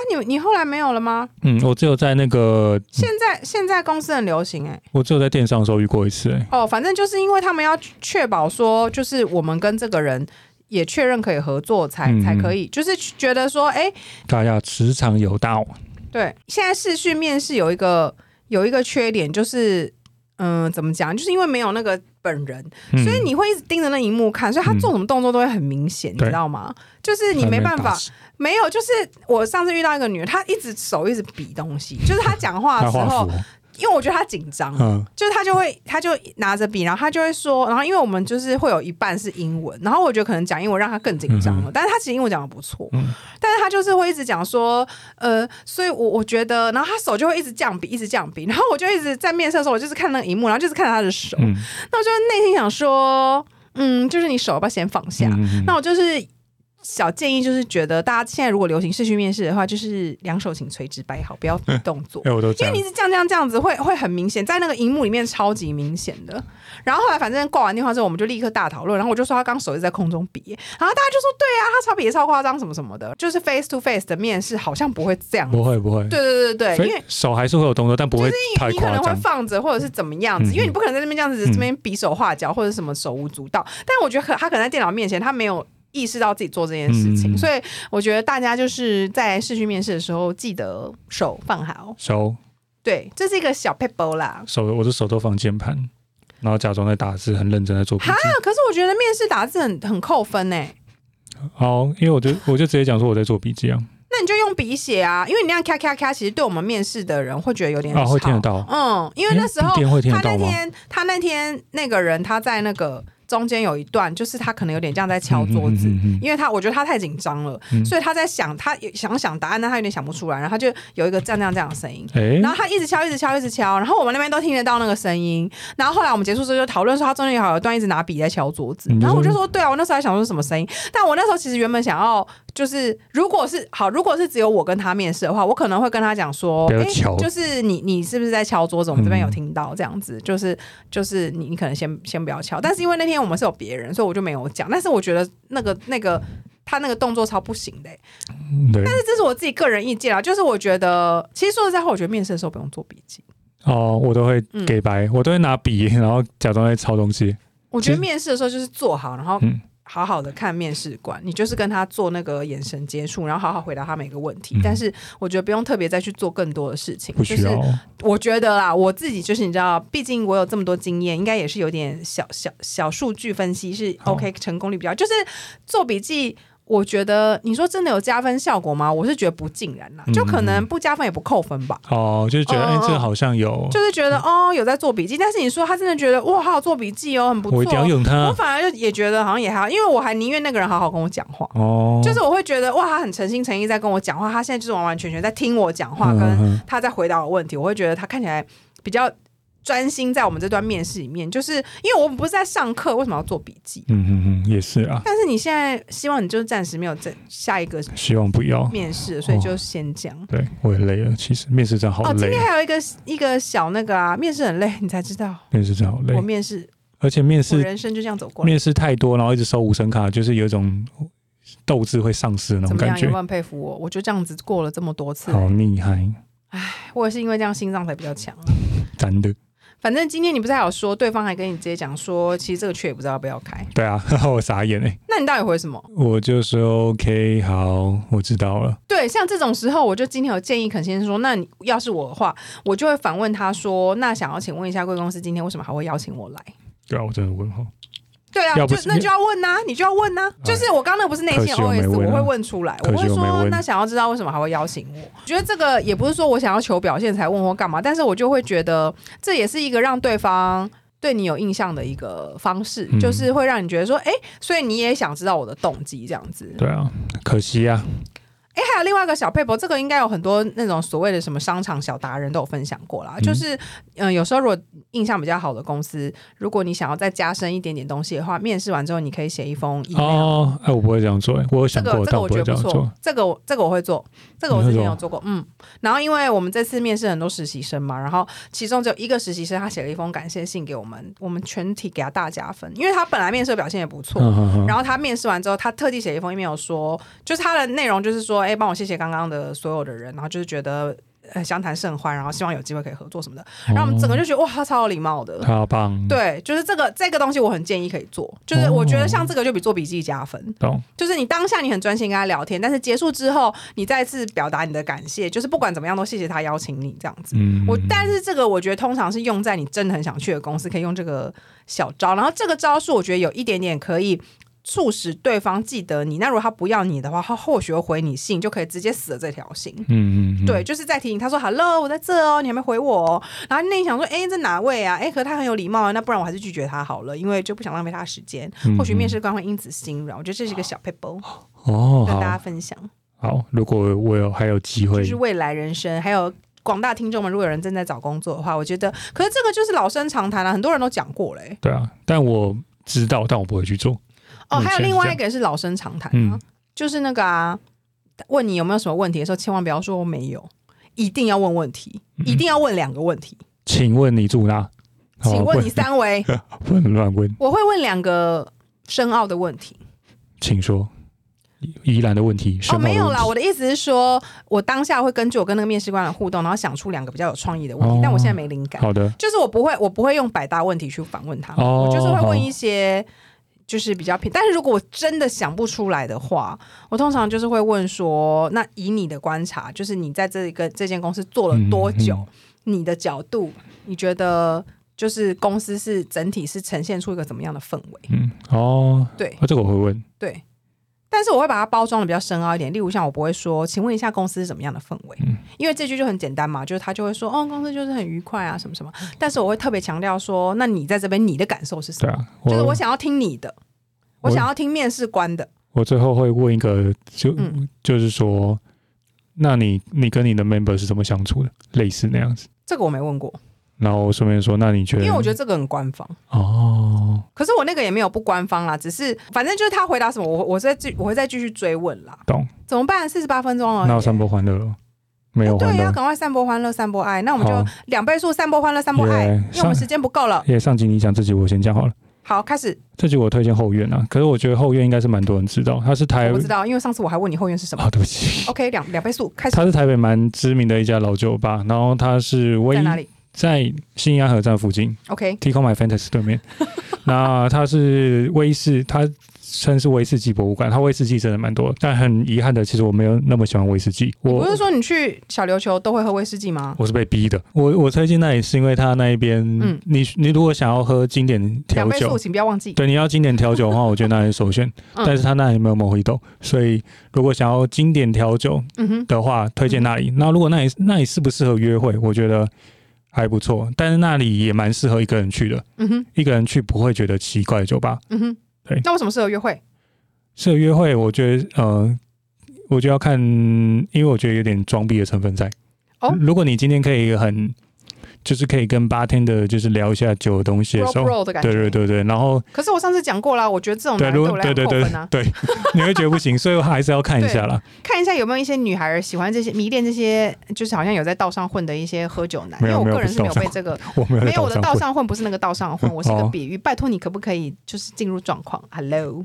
Speaker 1: 你你后来没有了吗？
Speaker 2: 嗯，我只有在那个
Speaker 1: 现在现在公司很流行哎、
Speaker 2: 我只有在电商的时候遇过一次、欸，
Speaker 1: 哦，反正就是因为他们要确保说，就是我们跟这个人也确认可以合作才，才、
Speaker 2: 嗯
Speaker 1: 可以，就是觉得说，哎、
Speaker 2: 大家职场有道，
Speaker 1: 对，现在视讯面试有一个有一个缺点，就是嗯、怎么讲，就是因为没有那个本人，
Speaker 2: 嗯、
Speaker 1: 所以你会一直盯着那荧幕看，所以他做什么动作都会很明显，你
Speaker 2: 对
Speaker 1: 知道吗？就是你
Speaker 2: 还
Speaker 1: 没
Speaker 2: 能
Speaker 1: 办
Speaker 2: 打
Speaker 1: 法，
Speaker 2: 死
Speaker 1: 没有，就是我上次遇到一个女人，她一直手一直比东西，就是她讲话的
Speaker 2: 他
Speaker 1: 时
Speaker 2: 画
Speaker 1: 候
Speaker 2: 符，，
Speaker 1: 因为我觉得她紧
Speaker 2: *laughs*
Speaker 1: 张，
Speaker 2: 嗯，
Speaker 1: 就是他就会，他就拿着笔，然后他就会说，然后因为我们就是会有一半是英文，然后我觉得可能讲英文让他更紧张了，嗯但是他其实英文讲的不错，
Speaker 2: 嗯
Speaker 1: 但是他就是会一直讲说，呃，所以我我觉得，然后他手就会一直这样比，一直这样比，然后我就一直在面试的时候，我就是看那个荧幕，然后就是看他的手，
Speaker 2: 嗯
Speaker 1: 那我就内心想说，嗯，就是你手要不要先放下？
Speaker 2: 嗯，
Speaker 1: 那我就是。小建议就是，觉得大家现在如果流行视讯面试的话，就是两手请垂直摆好，不要比动作
Speaker 2: 哎、。我都这
Speaker 1: 因为
Speaker 2: 样
Speaker 1: 你，是这样这样这样子会，会很明显，在那个荧幕里面超级明显的。然后后来反正挂完电话之后，我们就立刻大讨论。然后我就说他刚手一直在空中比，然后大家就说对啊，他超比也超夸张什么什么的，就是 face to face 的面试好像不会这样。
Speaker 2: 不会不会，
Speaker 1: 对对对
Speaker 2: 嗯所
Speaker 1: 对，
Speaker 2: 以
Speaker 1: 因为
Speaker 2: 手还是会有动作，但不会太
Speaker 1: 你可
Speaker 2: 夸
Speaker 1: 能会
Speaker 2: 张。
Speaker 1: 放着或者是怎么样子，
Speaker 2: 嗯
Speaker 1: 因为你不可能在那边这样子这边比手画脚或者什么手舞足蹈。但我觉得可他可能在电脑面前他没有。意识到自己做这件事情，
Speaker 2: 嗯
Speaker 1: 所以我觉得大家就是在试训面试的时候，记得手放好。
Speaker 2: 手
Speaker 1: 对，这是一个小 p e p l e 啦。
Speaker 2: 手我的手都放键盘，然后假装在打字，很认真在做笔
Speaker 1: 哈
Speaker 2: 记。，
Speaker 1: 可是我觉得面试打字很很扣分欸呢、
Speaker 2: 好，哦因为我就我就直接讲说我在做笔记啊，
Speaker 1: 那你就用笔写啊，因为你那样咔咔咔，其实对我们面试的人会觉得有点
Speaker 2: 啊会听得
Speaker 1: 吵
Speaker 2: 到
Speaker 1: 嗯，因为那时候
Speaker 2: 诶笔电会听
Speaker 1: 他
Speaker 2: 得
Speaker 1: 那
Speaker 2: 到吗？
Speaker 1: 天他那天那个人他在那个中间有一段，就是他可能有点这样在敲桌子。
Speaker 2: 嗯嗯嗯嗯
Speaker 1: 因为他，我觉得他太紧张了，
Speaker 2: 嗯
Speaker 1: 所以他在想，他也想想答案，但他有点想不出来，然后他就有一个这样这样这样的声音，
Speaker 2: 哎、
Speaker 1: 然后他一直敲，一直敲，一直敲，然后我们那边都听得到那个声音。然后后来我们结束之后就讨论说，他中间有一段一直拿笔在敲桌子
Speaker 2: 嗯。
Speaker 1: 然后我就说，对啊，我那时候还想说是什么声音，但我那时候其实原本想要就是，如果是好，如果是只有我跟他面试的话，我可能会跟他讲说，
Speaker 2: 不要
Speaker 1: 哎，
Speaker 2: 敲嗯
Speaker 1: 就是你你是不是在敲桌子？我们这边有听到这样子，就是就是你你可能先先不要敲。但是因为那天我们是有别人，所以我就没有讲。但是我觉得那个那个。他那个动作超不行的、欸
Speaker 2: 对
Speaker 1: 但是这是我自己个人意见啊，就是我觉得，其实说实在话，我觉得面试的时候不用做笔记，
Speaker 2: 哦，我都会
Speaker 1: 嗯
Speaker 2: *laughs* 给白，我都会拿笔，然后假装在抄东西。
Speaker 1: 我觉得
Speaker 2: 其实
Speaker 1: 面试的时候就是做好，然后
Speaker 2: 嗯
Speaker 1: 好好的看面试官，你就是跟他做那个眼神接触，然后好好回答他每个问题。
Speaker 2: 嗯
Speaker 1: 但是我觉得不用特别再去做更多的事情，
Speaker 2: 不
Speaker 1: 就
Speaker 2: 需
Speaker 1: 是
Speaker 2: 要。
Speaker 1: 我觉得啦，我自己就是你知道，毕竟我有这么多经验，应该也是有点小小小数据分析是
Speaker 2: 好
Speaker 1: OK 成功率比较，就是做笔记。我觉得你说真的有加分效果吗？我是觉得不尽然啦，
Speaker 2: 嗯
Speaker 1: 就可能不加分也不扣分吧。
Speaker 2: 哦，就是觉得哎、
Speaker 1: 嗯嗯嗯
Speaker 2: 这个好像有，
Speaker 1: 就是觉得
Speaker 2: 嗯
Speaker 1: 哦有在做笔记，但是你说他真的觉得哇好好做笔记哦，很不错、
Speaker 2: 我一定要用嗯
Speaker 1: 我
Speaker 2: 它。
Speaker 1: 反而就也觉得好像也还好，因为我还宁愿那个人好好跟我讲话，
Speaker 2: 哦，
Speaker 1: 就是我会觉得哇他很诚心诚意在跟我讲话，他现在就是完完全全在听我讲话，
Speaker 2: 嗯
Speaker 1: 跟
Speaker 2: 嗯
Speaker 1: 他在回答我问题，我会觉得他看起来比较专心在我们这段面试里面，就是因为我们不是在上课，为什么要做笔记？
Speaker 2: 嗯嗯嗯，也是啊，
Speaker 1: 但是你现在希望你就暂时没有在下一个
Speaker 2: 希望不要。
Speaker 1: 面试，所以就先这样。
Speaker 2: 对，我也累了，其实面试真的哦好
Speaker 1: 哦，今
Speaker 2: 累
Speaker 1: 天，还有一个一个小那个啊，面试很累，你才知道
Speaker 2: 面试真的好累
Speaker 1: 我，面试，
Speaker 2: 而且面
Speaker 1: 我
Speaker 2: 试
Speaker 1: 人生就这样走过来。
Speaker 2: 面试太多，然后一直收无声卡，就是有一种斗志会丧失的那
Speaker 1: 怎
Speaker 2: 种
Speaker 1: 么
Speaker 2: 感
Speaker 1: 样？有
Speaker 2: 觉
Speaker 1: 没。有很佩服我？我就这样子过了这么多次，
Speaker 2: 好厉害，
Speaker 1: 我也是因为这样心脏才比较强啊。
Speaker 2: 真的，
Speaker 1: 反正今天你不是还有说，对方还跟你直接讲说，其实这个缺也不知道要不要开，
Speaker 2: 对啊， *laughs* 我傻眼哎、
Speaker 1: 那你到底回什么？
Speaker 2: 我就说 OK，好，我知道了。
Speaker 1: 对，像这种时候，我就今天有建议肯先生说，那你要是我的话，我就会反问他说，那想要请问一下贵公司今天为什么还会邀请我来？
Speaker 2: 对啊，我真的问号。
Speaker 1: 对啊，
Speaker 2: 要不
Speaker 1: 就是那就要问呐、你就要问呐、啊就是我刚刚那不是内心的
Speaker 2: 哎可惜我没
Speaker 1: OS，
Speaker 2: 问啊
Speaker 1: 我会问出来，
Speaker 2: 可惜
Speaker 1: 会
Speaker 2: 我没
Speaker 1: 说
Speaker 2: 问
Speaker 1: 那想要知道为什么还会邀请我。我觉得这个也不是说我想要求表现才问或干嘛，但是我就会觉得这也是一个让对方。对你有印象的一个方式，
Speaker 2: 嗯
Speaker 1: 就是会让你觉得说，哎、所以你也想知道我的动机这样子。
Speaker 2: 对啊，可惜啊，
Speaker 1: 哎，还有另外一个小配博，这个应该有很多那种所谓的什么商场小达人都有分享过啦。
Speaker 2: 嗯
Speaker 1: 就是，嗯、有时候如果印象比较好的公司，如果你想要再加深一点点东西的话，面试完之后你可以写一封 email。
Speaker 2: 哦，哎，我不会这样做、欸，我有
Speaker 1: 这
Speaker 2: 想
Speaker 1: 个
Speaker 2: 过，
Speaker 1: 这
Speaker 2: 但
Speaker 1: 个
Speaker 2: 我
Speaker 1: 我
Speaker 2: 不
Speaker 1: 觉
Speaker 2: 会
Speaker 1: 得
Speaker 2: 这
Speaker 1: 不
Speaker 2: 样
Speaker 1: 错
Speaker 2: 做。，
Speaker 1: 这个我这个我会做，这个我之前
Speaker 2: 你会做
Speaker 1: 有做过，嗯。然后因为我们这次面试很多实习生嘛，然后其中只有一个实习生他写了一封感谢信给我们，我们全体给他大加分，因为他本来面试的表现也不错，
Speaker 2: 嗯哼
Speaker 1: 然
Speaker 2: 哼，
Speaker 1: 后他面试完之后，他特地写了一封 email 说，就是他的内容就是说，哎，帮我谢谢刚刚的所有的人，然后就是觉得呃相谈甚欢，然后希望有机会可以合作什么的。然
Speaker 2: 哦
Speaker 1: 后我们整个就觉得哇，他超有礼貌的。
Speaker 2: 好棒，
Speaker 1: 对，就是这个这个东西，我很建议可以做。就是我觉得像这个就比做笔记加分，
Speaker 2: 懂，
Speaker 1: 就是你当下你很专心跟他聊天，但是结束之后，你再次表达你的感谢，就是不管怎么样都谢谢他邀请你这样子。
Speaker 2: 嗯，
Speaker 1: 我但是这个我觉得通常是用在你真的很想去的公司，可以用这个小招。然后这个招数我觉得有一点点可以促使对方记得你。那如果他不要你的话，他或许会回你信，就可以直接死了这条心。
Speaker 2: 嗯，嗯嗯，
Speaker 1: 对，，就是在提醒他说 “hello，我在这哦，你还没回我哦。”然后内想说：“哎，这哪位啊？哎，可是他很有礼貌啊，那不然我还是拒绝他好了，因为就不想浪费他的时间。
Speaker 2: 嗯
Speaker 1: 或许面试官会因此心软，我觉得这是一个小 paper
Speaker 2: 哦，
Speaker 1: 跟大家
Speaker 2: 好
Speaker 1: 分享，
Speaker 2: 好，如果我有还有机会
Speaker 1: 就，是未来人生还有。广大听众们，如果有人正在找工作的话，我觉得，可是这个就是老生常谈了、啊欸很多人都讲过嘞、
Speaker 2: 对啊，但我知道，但我不会去做。
Speaker 1: 哦，
Speaker 2: 目前
Speaker 1: 还有另
Speaker 2: 是这
Speaker 1: 外一
Speaker 2: 样
Speaker 1: 个也是老生常谈啊，
Speaker 2: 嗯
Speaker 1: 就是那个啊，问你有没有什么问题的时候，千万不要说我没有，一定要问问题，
Speaker 2: 嗯
Speaker 1: 一定要问两个问题。
Speaker 2: 请问你住哪？哦好
Speaker 1: 请问你，三维，
Speaker 2: 不能乱问，
Speaker 1: 我会问两个深奥的问题。
Speaker 2: 请说。宜兰的问题，
Speaker 1: 哦，
Speaker 2: 深奥的
Speaker 1: 没有啦，
Speaker 2: 问
Speaker 1: 我的意思是说，我当下会根据我跟那个面试官的互动，然后想出两个比较有创意的问题，
Speaker 2: 哦
Speaker 1: 但我现在没灵
Speaker 2: 题
Speaker 1: 感。
Speaker 2: 好的，
Speaker 1: 就是我不会，我不会用百搭问题去反问他们，
Speaker 2: 哦
Speaker 1: 我就是会
Speaker 2: 好
Speaker 1: 问一些就是比较偏。但是如果我真的想不出来的话，我通常就是会问说：那以你的观察，就是你在这一个这间公司做了多久？
Speaker 2: 嗯
Speaker 1: 你的角度，你觉得就是公司是整体是呈现出一个怎么样的氛围？
Speaker 2: 嗯，哦，
Speaker 1: 对
Speaker 2: 啊，这个我会问，
Speaker 1: 对。但是我会把它包装的比较深奥一点，例如像我不会说，请问一下公司是怎么样的氛围？
Speaker 2: 嗯
Speaker 1: 因为这句就很简单嘛，就是他就会说，哦，公司就是很愉快啊，什么什么。但是我会特别强调说，那你在这边你的感受是什
Speaker 2: 对
Speaker 1: 么？
Speaker 2: 啊，
Speaker 1: 就是我想要听你的，我
Speaker 2: 我
Speaker 1: 想要听面试官的。
Speaker 2: 我最后会问一个，就、
Speaker 1: 嗯
Speaker 2: 就是说，那你你跟你的 member 是怎么相处的？类似那样子。
Speaker 1: 这个我没问过，
Speaker 2: 然后顺便说，那你觉
Speaker 1: 因
Speaker 2: 得？
Speaker 1: 为我觉得这个很官方。
Speaker 2: 哦，
Speaker 1: 可是我那个也没有不官方啦，只是反正就是他回答什么，我我再继我会再继续追问啦。
Speaker 2: 懂。
Speaker 1: 怎么办？四十八分钟了，哎
Speaker 2: 那有散播欢乐了？没有欢
Speaker 1: 哦对，要
Speaker 2: 乐。
Speaker 1: 赶快散播欢乐，散播爱。那我们就
Speaker 2: 好
Speaker 1: 两倍速散播欢乐，散播爱，
Speaker 2: 耶
Speaker 1: 因为我们时间不够了。
Speaker 2: 也、上集你讲这集，我先讲好了。
Speaker 1: 好，开始。
Speaker 2: 这集我推荐后院啊，可是我觉得后院应该是蛮多人知道，它是台
Speaker 1: 我不知道，哦因为上次我还问你后院是什么。
Speaker 2: 啊、对不起，
Speaker 1: OK，两两倍速开始
Speaker 2: 它是台北蛮知名的一家老酒吧，然后它是唯
Speaker 1: 在
Speaker 2: 一
Speaker 1: 哪里
Speaker 2: 在新亚河站附近
Speaker 1: ？OK，
Speaker 2: *laughs* ，T 空 My Fantasy 对面。那它是威士，它算是威士忌博物馆，它威士忌真的蛮多，但很遗憾的，其实我没有那么喜欢威士忌。
Speaker 1: 你不
Speaker 2: 我
Speaker 1: 是说你去小琉球都会喝威士忌吗？
Speaker 2: 我是被逼的，我我推荐那里是因为它那一边，
Speaker 1: 嗯
Speaker 2: 你你如果想要喝经典调
Speaker 1: 两倍
Speaker 2: 酒
Speaker 1: 速，，请不要忘记。
Speaker 2: 对，你要经典调酒的话，我觉得那里是首选。
Speaker 1: *laughs* 嗯
Speaker 2: 但是它那里没有 Mojito，所以如果想要经典调酒
Speaker 1: 嗯哼，
Speaker 2: 的话，推荐那
Speaker 1: 嗯
Speaker 2: 里。那如果那里那里适不适合约会，我觉得还不错，但是那里也蛮适合一个人去的，
Speaker 1: 嗯哼，
Speaker 2: 一个人去不会觉得奇怪的酒吧。
Speaker 1: 嗯哼。
Speaker 2: 对
Speaker 1: 那为什么适合约会？
Speaker 2: 适合约会，我觉得呃。我就要看，因为我觉得有点装逼的成分在。
Speaker 1: 哦
Speaker 2: 如果你今天可以很，就是可以跟八天的，就是聊一下酒的东西的
Speaker 1: bro
Speaker 2: 时候，
Speaker 1: bro 的感觉。
Speaker 2: 对对。对对，然后
Speaker 1: 可是我上次讲过啦，我觉得这种
Speaker 2: 对，
Speaker 1: 男人
Speaker 2: 如
Speaker 1: 对我
Speaker 2: 果
Speaker 1: 来
Speaker 2: 对
Speaker 1: 讲扣
Speaker 2: 对对
Speaker 1: 分啊。
Speaker 2: 对，你会觉得不行，所以我还是要看一下啦。
Speaker 1: 看一下有没有一些女孩儿喜欢这些迷恋这些，就是好像有在道上混的一些喝酒男。因
Speaker 2: 没
Speaker 1: 为
Speaker 2: 有
Speaker 1: 我
Speaker 2: 没有
Speaker 1: 个人
Speaker 2: 不是
Speaker 1: 是没有
Speaker 2: 道上
Speaker 1: 被这个，
Speaker 2: 我 *laughs* 没有
Speaker 1: 没
Speaker 2: 在
Speaker 1: 有我的道
Speaker 2: 上混，
Speaker 1: 上混不是那个道上混，我是个
Speaker 2: 哦
Speaker 1: 比喻。拜托你可不可以就是进入状况？Hello，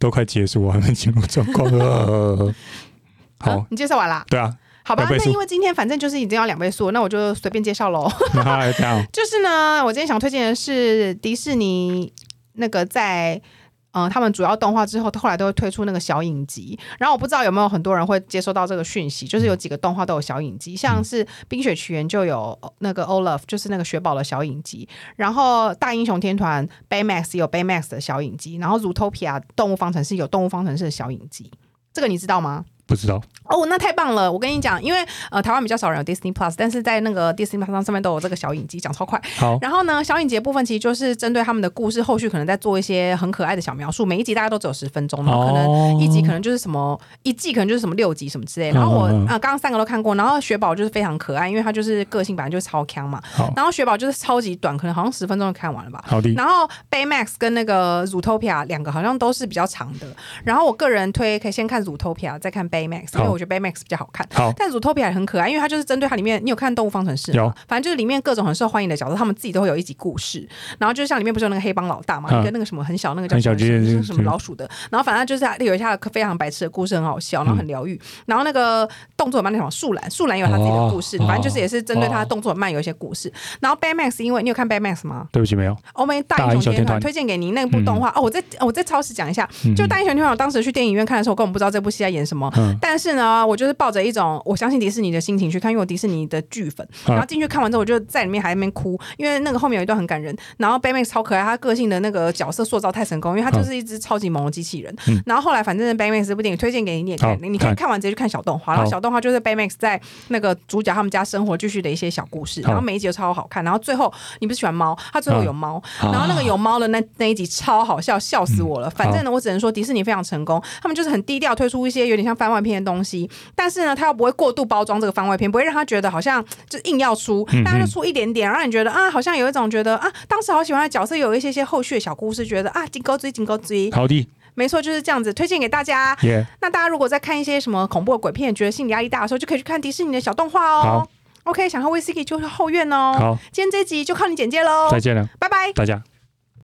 Speaker 2: 都快结束，我还没进入状况了。好
Speaker 1: 啊，你介绍完啦？
Speaker 2: 对啊，
Speaker 1: 好吧，
Speaker 2: 两倍
Speaker 1: 那
Speaker 2: 速
Speaker 1: 因为今天反正就是已经要两倍速了，那我就随便介绍喽。
Speaker 2: 那还这样，
Speaker 1: *laughs* 就是呢，我今天想推荐的是迪士尼那个在。嗯，他们主要动画之后，后来都会推出那个小影集。然后我不知道有没有很多人会接收到这个讯息，就是有几个动画都有小影集，像是《冰雪奇缘》就有那个 Olaf，就是那个雪宝的小影集。然后《大英雄天团》Baymax 也有 Baymax 的小影集，然后《Zootopia 动物方程式》有动物方程式的小影集。这个你知道吗？
Speaker 2: 不知道
Speaker 1: 哦，那太棒了！我跟你讲，因为呃，台湾比较少人有 Disney Plus，但是在那个 Disney Plus 上面都有这个小影集，讲超快。
Speaker 2: 好。
Speaker 1: 然后呢，小影集的部分其实就是针对他们的故事，后续可能在做一些很可爱的小描述。每一集大概都只有十分钟，然后可能
Speaker 2: 哦
Speaker 1: 一集可能就是什么一季可能就是什么六集什么之类的。然后我
Speaker 2: 嗯嗯嗯
Speaker 1: 啊，呃刚刚三个都看过，然后雪宝就是非常可爱，因为他就是个性本来就是超强嘛
Speaker 2: 好。
Speaker 1: 然后雪宝就是超级短，可能好像十分钟就看完了吧。
Speaker 2: 好的，
Speaker 1: 然后 Baymax 跟那个 Zootopia 两个好像都是比较长的。然后我个人推可以先看 Zootopia，再看 Baymax，因为
Speaker 2: 好
Speaker 1: 我觉得 Baymax 比较好看。
Speaker 2: 好
Speaker 1: 但 Zootopia 也很可爱，因为它就是针对它里面，你有看《动物方程式》
Speaker 2: 有
Speaker 1: 吗？反正就是里面各种很受欢迎的角色，他们自己都会有一集故事。然后就像里面不是有那个黑帮老大嘛，
Speaker 2: 嗯
Speaker 1: 一个那个什么很小那个叫
Speaker 2: 很
Speaker 1: 什
Speaker 2: 小
Speaker 1: 么
Speaker 2: 只的
Speaker 1: 什么什么
Speaker 2: 嗯
Speaker 1: 老鼠的，然后反正就是它有一下非常白痴的故事，很好
Speaker 2: 嗯
Speaker 1: 笑，然后很疗愈。然后那个动作很慢那什么树懒，树懒也有他自己的故事，
Speaker 2: 哦
Speaker 1: 反正就是也是针对他动作很慢有一些故事。然后 Baymax，因为你有看 Baymax 吗？
Speaker 2: 对不起，没有。
Speaker 1: 欧美哦大
Speaker 2: 大
Speaker 1: 英雄
Speaker 2: 英雄
Speaker 1: 天
Speaker 2: 天
Speaker 1: 团
Speaker 2: 团
Speaker 1: 推荐给您那部动画、哦，我在我在超市讲一下，
Speaker 2: 嗯
Speaker 1: 就大英雄天团，我当时去电影院看的时候，我根本不知道这部戏在演什么，
Speaker 2: 嗯
Speaker 1: 但是呢，我就是抱着一种我相信迪士尼的心情去看，因为我迪士尼的剧粉，
Speaker 2: 嗯
Speaker 1: 然后进去看完之后，我就在里面还在那边哭，因为那个后面有一段很感人，然后 Baymax 超可爱，他个性的那个角色塑造太成功，因为他就是一只超级萌的机器人，
Speaker 2: 嗯
Speaker 1: 然后后来反正 Baymax 这部电影推荐给你，你也看
Speaker 2: 好，
Speaker 1: 你可以
Speaker 2: 看
Speaker 1: 看完直接去看小动画，然后
Speaker 2: 好
Speaker 1: 小动画就是 Baymax 在那个主角他们家生活继续的一些小故事，
Speaker 2: 好
Speaker 1: 然后每一集都超好看，然后最后你不是喜欢猫，他最后
Speaker 2: 嗯
Speaker 1: 有猫，
Speaker 2: 啊
Speaker 1: 然后那个有猫的那那一集超好笑，笑死我
Speaker 2: 嗯
Speaker 1: 了。反正呢，我只能说迪士尼非常成功，他们就是很低调推出一些有点像番外篇的东西，但是呢，他又不会过度包装这个番外篇，不会让他觉得好像就硬要出，
Speaker 2: 嗯
Speaker 1: 但他就出一点点，让你觉得啊，好像有一种觉得啊，当时好喜欢的角色有一些些后续的小故事，觉得啊，金钩追金钩追，
Speaker 2: 好的，
Speaker 1: 没错，就是这样子，推荐给大家。
Speaker 2: 耶，
Speaker 1: 那大家如果在看一些什么恐怖的鬼片，觉得心理压力大的时候，就可以去看迪士尼的小动画哦
Speaker 2: 好。
Speaker 1: OK，想喝威士忌就去后院哦。
Speaker 2: 好，
Speaker 1: 今天这集就靠你简介喽，
Speaker 2: 再见了，
Speaker 1: 拜拜。
Speaker 2: 大家。